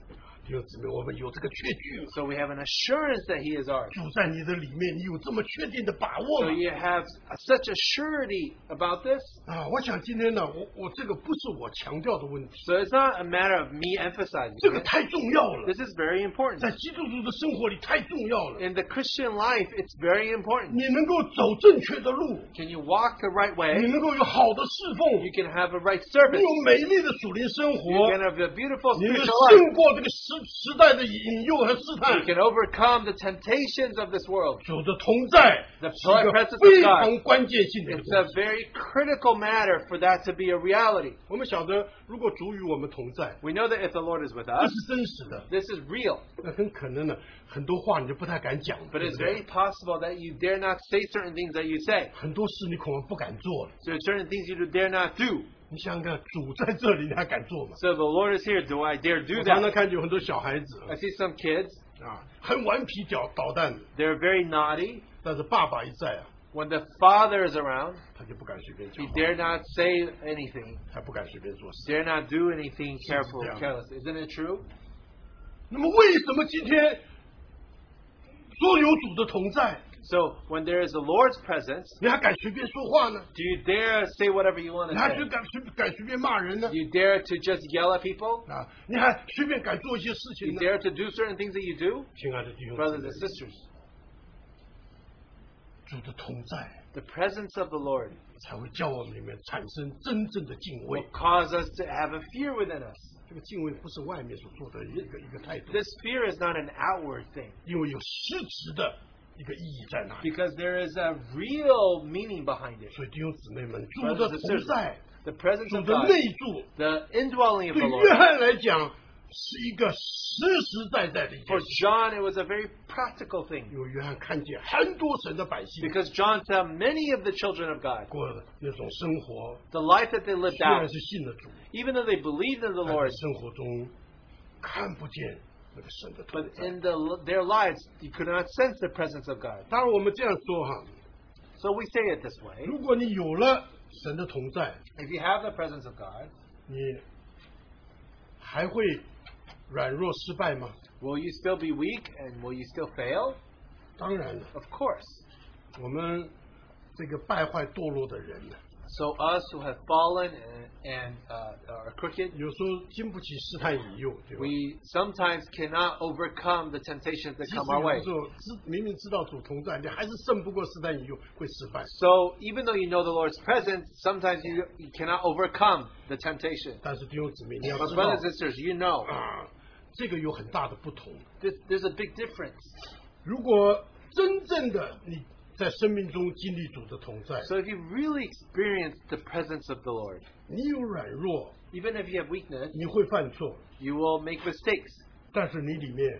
弟兄姊妹，我们有这个确据， So we have an assurance that He is ours. 主在你的里面，你有这么确定的把握 So 吗 you have such a surety about this. 啊！我想今天呢，我我这个不是我强调的问题， So it's not a matter of me emphasizing. 这个 it. 太重要了 This，is very 在 important. 基督徒的生活里太重要了。 In the Christian life, it's very important. 你能够走正确的路， Can you walk the right 你 way? 能够有好的侍奉， You can have a right 你 service. 有美丽的属灵生 You 活， can have a beautiful 你能 spiritual life. 胜过这个时时代的引诱和试 You 探。 can overcome the temptations of this world. 主的同在 The 是一个 presence of 非 God 常关键性的一个 It's 东 a 西。 very critical matter for that to be a reality. 我们晓得，如果主与我们同在， We know that if the Lord is with 这 us, 是真实的。 this is real. 那很可能呢，很多话你就不太敢讲， But 对不 it's 对 very？possible that you dare not say certain things that you say. 很多事你恐怕不敢做了。 There are certain things you dare not do. 你想想看，主在这里，你还敢做吗？ So the Lord is here. Do I dare do 我常常 that? 看见有很多小孩子 I see some kids. 啊，很顽皮捣捣蛋的， They're very naughty. 但是爸爸一在啊， When the father is around, 他就不敢随便讲 he 话， dare not say anything, 他不敢随便做事。 dare not do anything careful, Yeah. careless. Isn't it true? 那么为什么今天说有主的同在， So when there is the Lord's presence, 你还敢随便说话呢？ do you dare say whatever you want 你 to 还随 say? 敢随敢随便骂人呢 Do？you dare to just yell at people? 啊，你还随便敢做一些事 Do 情 you 呢？ dare to do certain things that you do? 亲爱的弟兄 Brothers 姊 and 妹， sisters, 主的同在 the presence of the Lord 才会叫我们里面产生真正的敬 will 畏。 cause us to have a fear within us. 这个敬畏不是外面所做的一个一个态度， This fear is not an outward thing 因为有实质的一个意义在那里。 because there is a real meaning behind it. 所以弟兄姊妹们，主 Brothers 的 and 同在 sisters,，the presence 主 of 的 God, 内住， the indwelling of 对 the 约 Lord. 翰来讲是一个实实在在的一件 For 事。 John, it was a very practical thing 因为约翰看见很多神的百姓 because John saw many of the children of God, 过的那种生活， the life that they lived 虽 out, 然是信了主， even though they believed in the 但 Lord, 是生活中看不见那个神的同 but 在。 in the, their lives, you could not sense the presence of God. 当然，我们这样说哈， So we say it this way. 如果你有了神的同在， If you have the presence of God, 你还会软弱失败吗？ will you still be weak and will you still fail? 当然了， Of course. 我们这个败坏堕落的人呢， So us who have fallen and, and uh, are crooked, 有时候经不起试探引诱，对吧？ we sometimes cannot overcome the temptations that 即使 come our 有 way. 的时候知明明知道主同在，你还是胜不过试探引诱，会失败。 So even though you know the Lord's presence, sometimes you, you cannot overcome the temptation. 但是弟兄姊妹，你要 But 知道 brothers and sisters, you know 啊，这个有很大的不同。 this, there's a big difference. 如果真正的你在生命中经历主的同在， So if you really experience the presence of the Lord, 你有软弱， even if you have weakness, 你会犯错， you will make mistakes. 但是你里面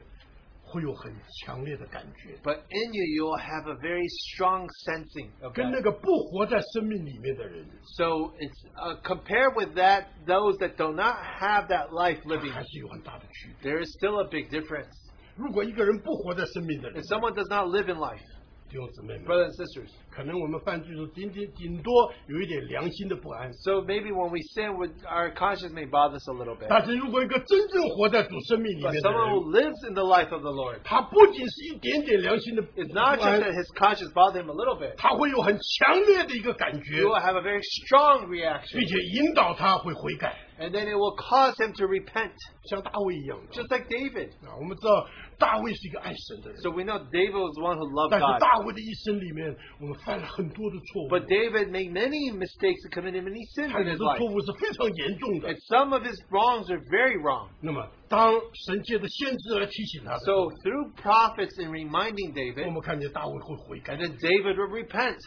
会有很强烈的感觉， But in you, you'll have a very strong sensing of 跟 that. 那个不活在生命里面的人 So it's uh, compared with that, those that do not have that life living, 还是有很大的区别。 there is still a big difference. 如果一个人不活在生命的人 If，someone does not live in life, 弟兄姊妹们， brothers and sisters, 可能我们犯罪的时候，顶顶顶多有一点良心的不安。 so maybe when we sin, with our conscience may bother us a little bit. 但是如果一个真正活在主生命里 But 面的 someone 人， who lives in the life of the Lord, 他不仅是一点点良心的不 it's not 安 just，that his conscience bothered him a little bit. 他会有很强烈的一个感觉 You，will have a very strong 并 reaction, 且引导他会悔改。 And then it will cause him to repent, 像大卫一样的 just like David. 啊。我们知道大卫是一个爱神的人， So we know David was one who 但是 loved God. 大卫的一生里面，我们犯了很多的错误， But David made many mistakes and committed many sins 他 in 有 his 的 life. 错误是非常严重的 And。some of his wrongs are very wrong. 那么，当神借着先知来提醒他的时候 So through prophets and reminding David, 我们看见大卫会悔改 and。then David would repent.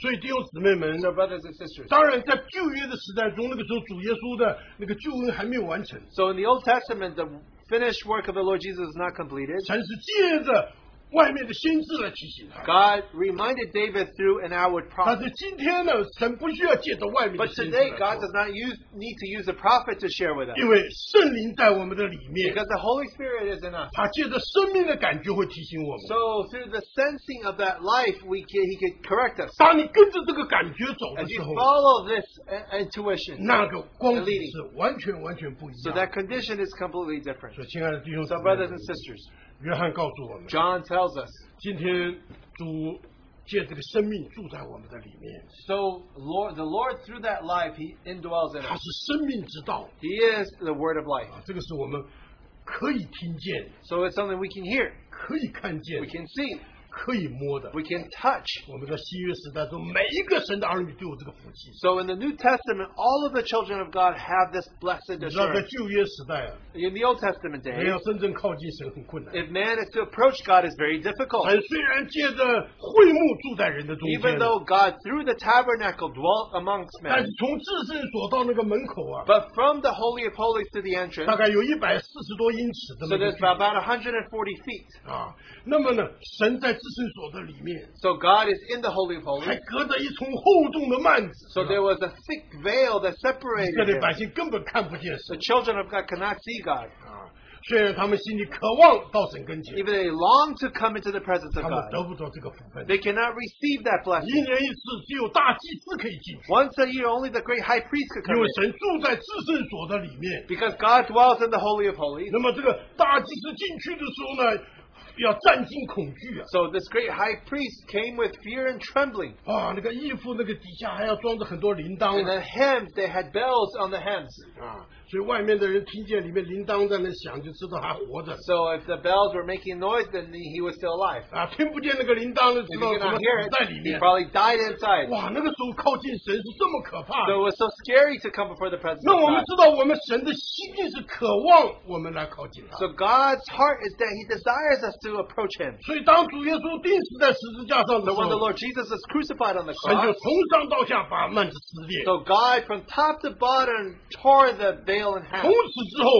所以弟兄姊妹们， So brothers and sisters. 当然在旧约的时代中，那个时候主耶稣的那个救恩还没有完成， So in the Old Testament, the finished work of the Lord Jesus is not completed. 神是借着外面的先知来提醒他。 God reminded David through an outward 但 prophet. 是今天呢，神不需要借着外面的 But 先知来 today, God 说 does not use, need to use a prophet to share with us 因为圣灵在我们的里面， because the Holy Spirit is in us. 他借着生命的感觉会提醒我们。 So through the sensing of that life, we can, He can correct us. 当你跟着这个感觉走的 As 时 you 候， follow this uh, intuition, 那个光景是完全完全不一 so 样。 that condition is completely different. 所以，亲爱的弟兄姊 So 妹 brothers 们 and sisters, 约翰告诉我们， John tells us. 今天主借这个生命住在我们的里面， So Lord, the Lord through that life, He indwells in 他 us. 是生命之道 He is the Word of life. 啊，这个是我们可以听见、 So it's something we can hear, 可以看见 we、can see, 可以摸的。 we can touch. 我们在新约时代中，每一个神的儿女都有这个福气。 So in the New Testament, all of the children of God have this blessed 你知道，在 assurance. 旧约时代啊， In the Old Testament 人 days, 要真正靠近神很困难。 if man is to approach God, is very difficult. 神虽然借着会幕住在人的中间，Even though God through the tabernacle dwelt amongst 但是 men, 从至圣所到那个门口啊， but from the Holy of Holies to the 大 entrance, 概有一百四十多英尺的 so 那个距 there's 离 about 140 feet. 啊。那么呢，神在至圣所的里面， So God is in the Holy of 还 Holies. 隔着一重厚重嗯的幔子， So there 啊 was a thick veil that 以色 separated 列 them. 百姓根本看不见 The 神 children of God cannot see God. 啊。虽然他们心里渴望到神跟前， Even they long to come into the presence of 他们得 God. 不到这个福分。 They cannot receive that 一 blessing. 年一次，只有大祭司可以进去， Once a year, only the great high priest could 因 come 为 in. 神住在至圣所的里面。 Because God dwells in the Holy of Holies. 那么这个大祭司进去的时候呢，要战惊恐惧啊！ So this great high priest came with fear and trembling. 啊，那个衣服那个底下还要装着很多铃铛 And 呢 the hems, they had bells on the hems. 啊，所以外面的人听见里面铃铛在那响，就知道还活着 So if the bells were making noise, then he was still alive. 啊，听不见那个铃铛的 If 知 he 道什 could 么 not hear 死 it, 在里 he 面。 probably died inside. 哇，那个时候靠近神是这么可怕的 So it。was so scary to come before the presence 那 of 我们 God. 知道，我们神的心意是渴望我们来靠近他。 So God's heart is that He desires us to approach Him. 所以当主耶稣钉死在十字架上的时 So when the 候， Lord Jesus is crucified on the 神就从 cross, 上到下把幔子撕裂， so God from top to bottom tore the veil in 从 half. 此之后，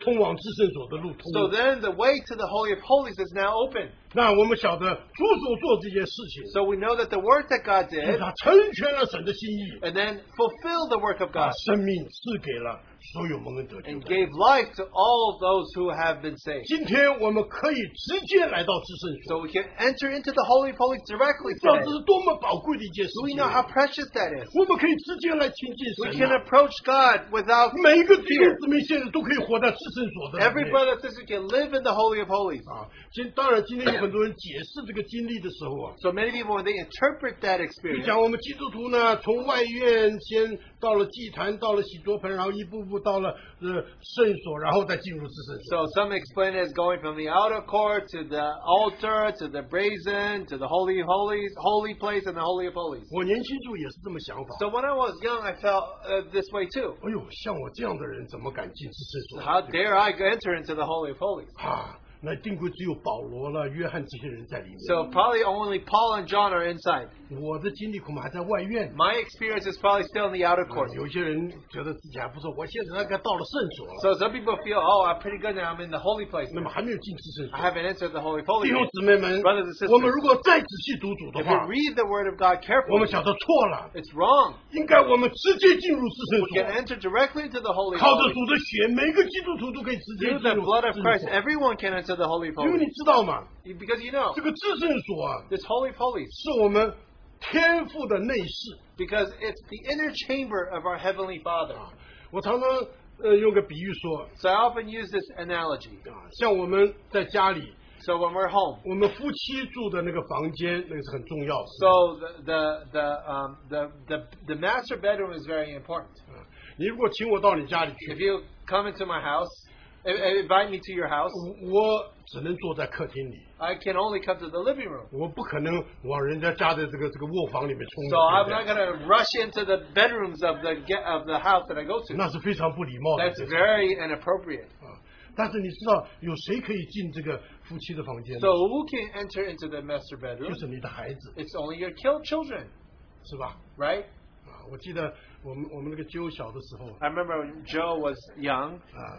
通往至圣所的路通 So 了。 then the way to the Holy of Holies is now open. 那我们晓得主所做这件事情， So we know that the work that God 是 did 他成全了神的心意， and then fulfilled the work of 把 God 生命赐给了所有蒙恩得救 and 的。 gave life to all those who have been saved. 今天我们可以直接来到至圣所， So we can enter into the Holy of Holies directly 知道 today. 这是多么宝贵的一件事 Do we 情啊 know。how precious that is? 我们可以直接来亲近 We 神 can 啊、 approach God without 每一个弟 fear. 兄姊妹现在都可以活在至圣所的里 Every 面 brother and sister can live in the Holy of Holies. 啊。今当然，今天有很多人解释这个经历的时候啊， So many people, when they interpret that 就 experience, 讲我们基督徒呢，从外院先到了祭坛，到了洗濯盆，然后一步步到了呃圣所，然后再进入至圣所。 so some explain it as going from the outer court to the altar to the brazen to the holy of holies, holy place, and the holy of holies. 我年轻时候也是这么想法。 So when I was young, I felt uh, this way too. 哎呦，像我这样的人怎么敢进至圣所？So how dare I enter into the holy of holies? 啊，那一定会只有保罗了、约翰这些人在里面。 So probably only Paul and John are inside. 我的经历恐怕还在外院。 My experience is probably still in the outer 啊 court. 有些人觉得自己还不错，我现在大概到了圣所了， So some people feel, oh, I'm pretty good now. I'm in the holy place. 那么还没有进至圣所 I。haven't entered the holy of 弟 holies. 兄 yet. 姊妹们 Brothers and，sisters 我们如果再仔细读主的 If 话 you，read the word of God 我们 carefully, 晓得错了。 it's wrong. 应该我们直接进入至圣 We 所，can enter directly into the holy of 靠着主 holies. 的血，每个基督徒都可以直接进 Through the 入 blood of 至 Christ, 圣 everyone can enter the Holy of 所。因为你 Holies. 知道吗？ Because you know, 这个至圣所啊， this Holy of Holies, 是我们天赋的内室 because it's the inner chamber of our Heavenly Father. 啊。我常常呃用个比喻说 So I often use this analogy. 啊，像我们在家里， So when we're home, 我们夫妻住的那个房间，那个是很重要的。 so the the the, um, the, the, the master bedroom is very important. 啊你如果请我到你家里 If 去， you come into my house, i- i- invite me to your house, 我只能坐在客厅里， I can only come to the living room. 我不可能往人家家的这个这个卧房里面冲 So I'm 对 not 啊不对 going to rush into the bedrooms of the ge- of the house that I go to. 那是非常不礼貌的。 That's 这是 very inappropriate. 啊，但是你知道有谁可以进这个夫妻的房间呢？ So who can enter into the master 就 bedroom? 是你的孩子， It's only your kill children, 是吧？ right? 啊，我记得我们我们那个舅小的时候 I remember when Joe was young 啊，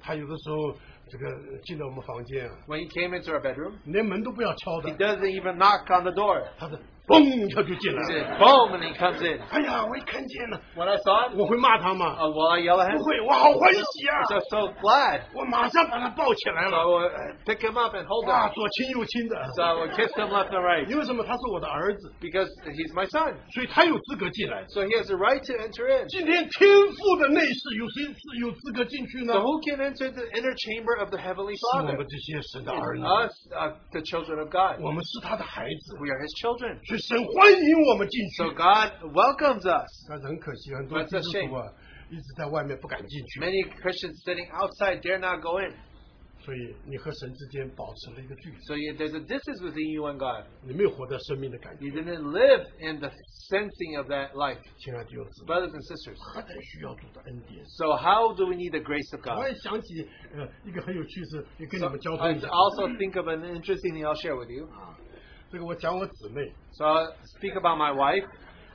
他有的时候这个进到我们房间啊， when he came into our bedroom. 连门都不要敲的，He doesn't even knock on the door. 他是嘣一下就进 He 来 says 了。 boom, and he comes in. 哎呀，我一看见了， When I saw it, 我会骂他吗？ uh, will I yell at him? 不会，我好欢喜啊！ So so glad. 我马上把他抱起来了，So I would pick him up and hold him. 哇，左亲右亲的。 So I would kiss him left and right 因为什么？他是我的儿子， because he's my son. 所以他有资格进来。 So he has a right to enter in. 今天天父的内室有谁是有资格进去呢 So？who can enter the inner chamber of the heavenly 是我 Father? 们这些神的儿女 It's，us, uh, the children of God. 我们是他的孩子， We are His children. 所以神欢迎我们进去 So。God welcomes us. 但是很可惜，很多 That's a 基督徒啊，一直在外面不敢进去， Many Christians sitting outside dare not go in. 所以你和神之间保持了一个距离， So you, there's a distance between you and God. 你没有活在生命的感觉。 You didn't live in the sensing of that life, 亲爱的弟兄姊妹， brothers and sisters. 何等需要主的恩典！ So how do we need the grace of 我 God? 也想起呃一个很有趣事，也跟 So 啊你们交通一 I 下 also think of an interesting thing I'll share with you. 啊。这个我讲我姊妹， So I'll speak about my wife.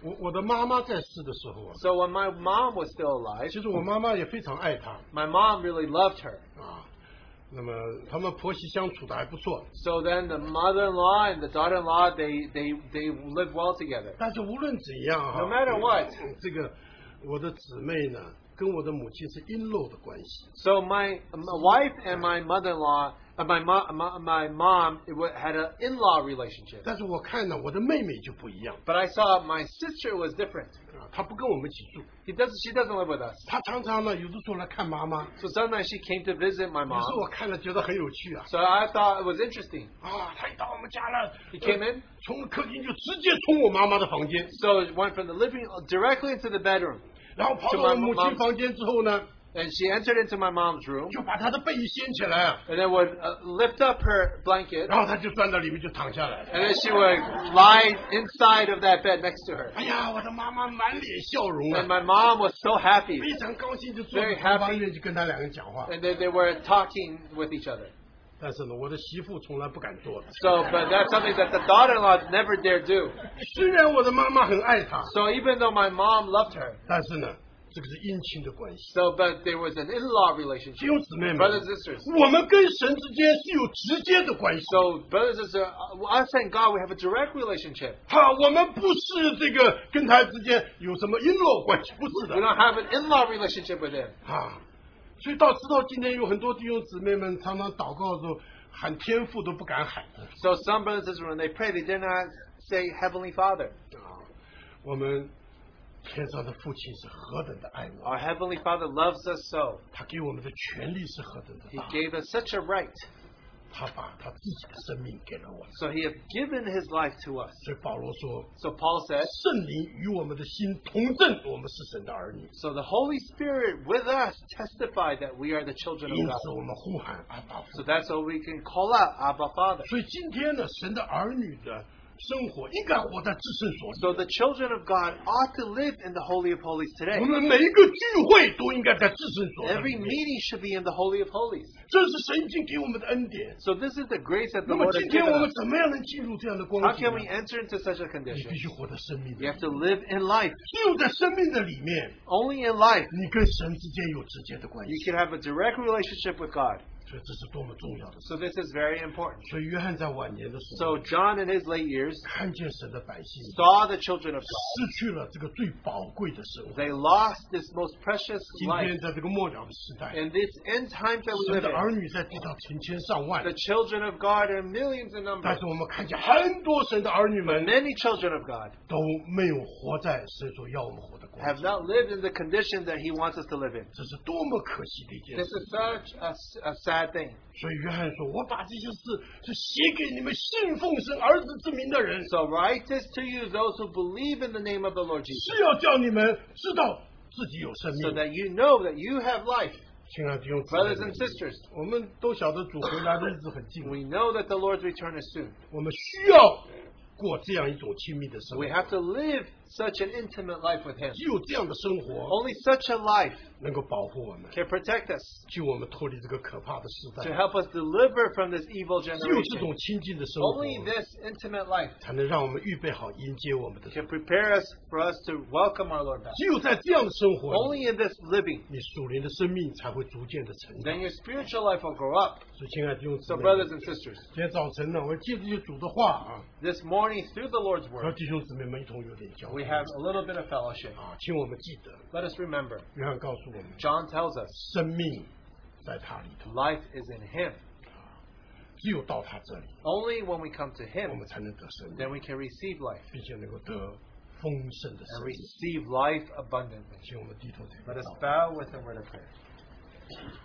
我我的妈妈在世的时候啊， So when my mom was still alive, 其实我妈妈也非常爱她 my mom really loved her. 啊。那么他们婆媳相处的还不错， So then the mother-in-law and the daughter-in-law, they, they, they live well together. 但是无论怎样啊 No matter what 这个我的姊妹呢，跟我的母亲是阴柔的关系。 So my, my wife and my mother-in-law, uh, my, mo- my, my mom it wa- had an in-law relationship. 但是我看呢，我的妹妹就不一样 But I saw my sister was different. 啊，她不跟我们一起住， He doesn't, she doesn't live with us. 她常常呢有的时候来看妈妈，有 So sometimes she came to visit my 时 mom. 候我看了觉得很有趣啊 So I thought it was interesting. 啊，她一到我们家了，呃 He came in. 从客厅就直接冲我妈妈的房间， So it went from the living directly into the bedroom. 然后跑就到把我母妈亲妈房间之后呢， And she entered into my mom's room 就把她的被掀起来啊， and then would uh, lift up her blanket 然后她就钻到里面就躺下来了。 and then she would lie inside of that bed next to her. 哎呀，我的妈妈满脸笑容 And 啊， my mom was so happy. 非常高兴，就坐在 Very 厨 happy 房里面去跟她两个人讲话。 And they, they were talking with each other. 但是呢，我的媳妇从来不敢做的。 So, but that's something that the daughter-in-law never dared do. 虽然我的妈妈很爱她， So even though my mom loved her, 但是呢，这个是姻亲的关系。 so but there was an in-law 弟 relationship, 兄姊妹们， brothers and sisters. 我们跟神之间是有直接的关系。 So brothers and sisters, uh, us and God, we have a direct relationship. 哈，我们不是这个跟他之间有什么因果关系，不是的 We don't have an in-law relationship with Him. 啊。所以到直到今天，有很多弟兄姊妹们常常祷告的时候喊天父都不敢喊 So some brothers and sisters, when they pray, they dare not say Heavenly Father. 啊。我们天上的父亲是何等的爱我， Our Heavenly Father loves us so. 他给我们的权利是何等的 He 大， gave us such a right. 他把他自己的生命给了我。 So He has given His life to us. 所以保罗说， So Paul says, 圣灵与我们的心同证，我们是神的儿女。 So the Holy Spirit with us testified that we are the children of 因 God. 此我们呼喊阿爸父 So。that's what we can call out Abba Father. 所以今天呢，神的儿女的生活应该活在至圣所 So 里。 the children of God ought to live in the Holy of Holies today. 我们每一个聚会都应该在至圣所里 Every 面， meeting should be in the Holy of Holies. 这是神已经给我们的恩典。 So this is the grace that 那 the 么 Lord has 今天 given 我们 us. 怎么样能进入这样的光 How 景呢 can we？enter into such a 你 condition? 必须活在生命 You 里 have，to live in life. 就在生命的里面， Only in life 你跟神之间有直接的关 you 系， can have a direct relationship with God. 所以这是多么重要的事。 So this is very important. 所以约翰在晚年的时候 So John in his late years 看见神的百姓 saw the children of God. 失去了这个最宝贵的生活。 They lost this most precious 今 life. 天在这个末了的时代， In these end times that we 神 live 的儿 in, 女在地上成千上万， the children of God are millions in 但 number. 是我们看见很多神的儿女们 Many children of God 都没有活在神所要我们活的光 have 景， not lived in the condition that He wants us to live in. 这是多么可惜的一件 This 事。 is such a, s- a sad thing. 所以约翰说：“我把这些事是写给你们信奉神儿子之名的人， So write this to you, those who believe in the name of the Lord Jesus, 是要叫你们知道自己有生 so 命。 that you know that you have life. 亲爱的弟兄姊 Brothers and 妹， sisters, 我们都晓得主回来的日子很近， we know that the Lord's return is soon. 我们需要过这样一种亲密的生 We 活。 have to live such an intimate life with Him. 只有这样的生活 Only such a life 能够保护我们， can protect us, 救我们脱离这个可怕的时 to 代。 help us deliver from this evil 只有这 generation. 种亲近的生活， Only this intimate life 才能让我们预备好迎接我们的。 can prepare us for us to welcome our Lord back. 只有在这样的生活里， Only in this living, 你属灵的生命才会逐渐的成长。 then your spiritual life will grow up. 所以，亲爱的弟兄姊 So, 妹， brothers and sisters, 今天早晨呢，我借着就主的话啊， this morning through the Lord's 和 Word, 弟兄姊妹们一同有点交流 we have a little bit of fellowship. 啊，请我们记得， Let us remember, 约翰告诉我们， John tells us, 生命在他里头， life is in Him. 只有到他这里， Only when we come to 我 Him, 们才能得生命， then we can receive life 并且能够得丰盛的 and 生命。 receive life abundantly. 请我们低头祷 Let us 告。 bow with a word of prayer.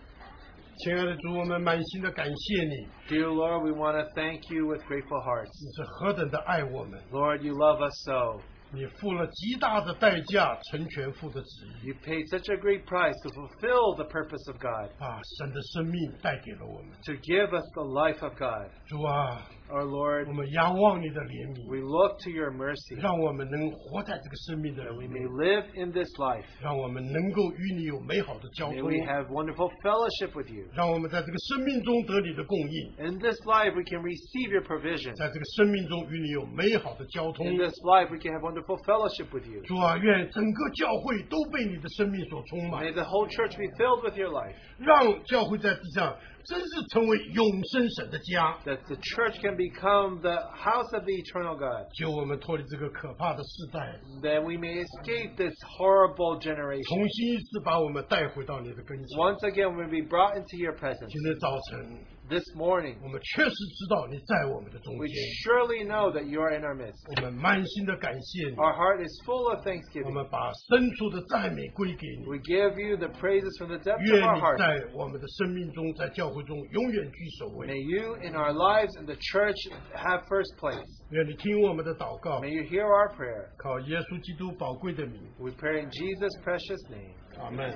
亲爱的主，我们满心的感谢你， Dear Lord, we want to thank you with grateful hearts. 你是何等的爱我们， Lord, you love us so. 你付了极大的代价成全父的旨意， You paid such a great price to fulfill the purpose of God, 把神的生命带给了我们。 to give us the life of God. 主啊， Our Lord, 我们仰望你的怜悯。 we look to your mercy 让我们能活在这个生命的 that 里 we 面 may，live in this life. 让我们能够与你有美好的交 May 通， we have wonderful fellowship with you. 让我们在这个生命中得你的供应， In this life, we can receive your provision. 在这个生命中与你有美好的交通 In。this life, we can have wonderful fellowship with you. 主啊，愿整个教会都被你的生命所充 May 满， the whole church be filled with your life, 让教会在地上真是成为永生神的家， that the church can become the house of the eternal God, 救我们脱离这个可怕的世代， that we may escape this horrible generation. 重新一次把我们带回到你的跟前。 Once again, we'll be brought into your presence. 今天早晨， This morning, 我们确实知道你在我们的中 we 间， surely know that you are in our midst. 我们满心的感谢你。 Our heart is full of 我 thanksgiving. 们把深处的赞美归给你， We give you the praises from the depths 愿 of our 你 heart. 在我们的生命中，在教会中永远居首 May 位。 you in our lives and the church have first place. 愿你听我们的祷告 May，you hear our prayer. 靠耶稣基督宝贵的名， We pray in Jesus' precious name. 阿门。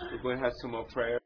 We're going to have some more prayer.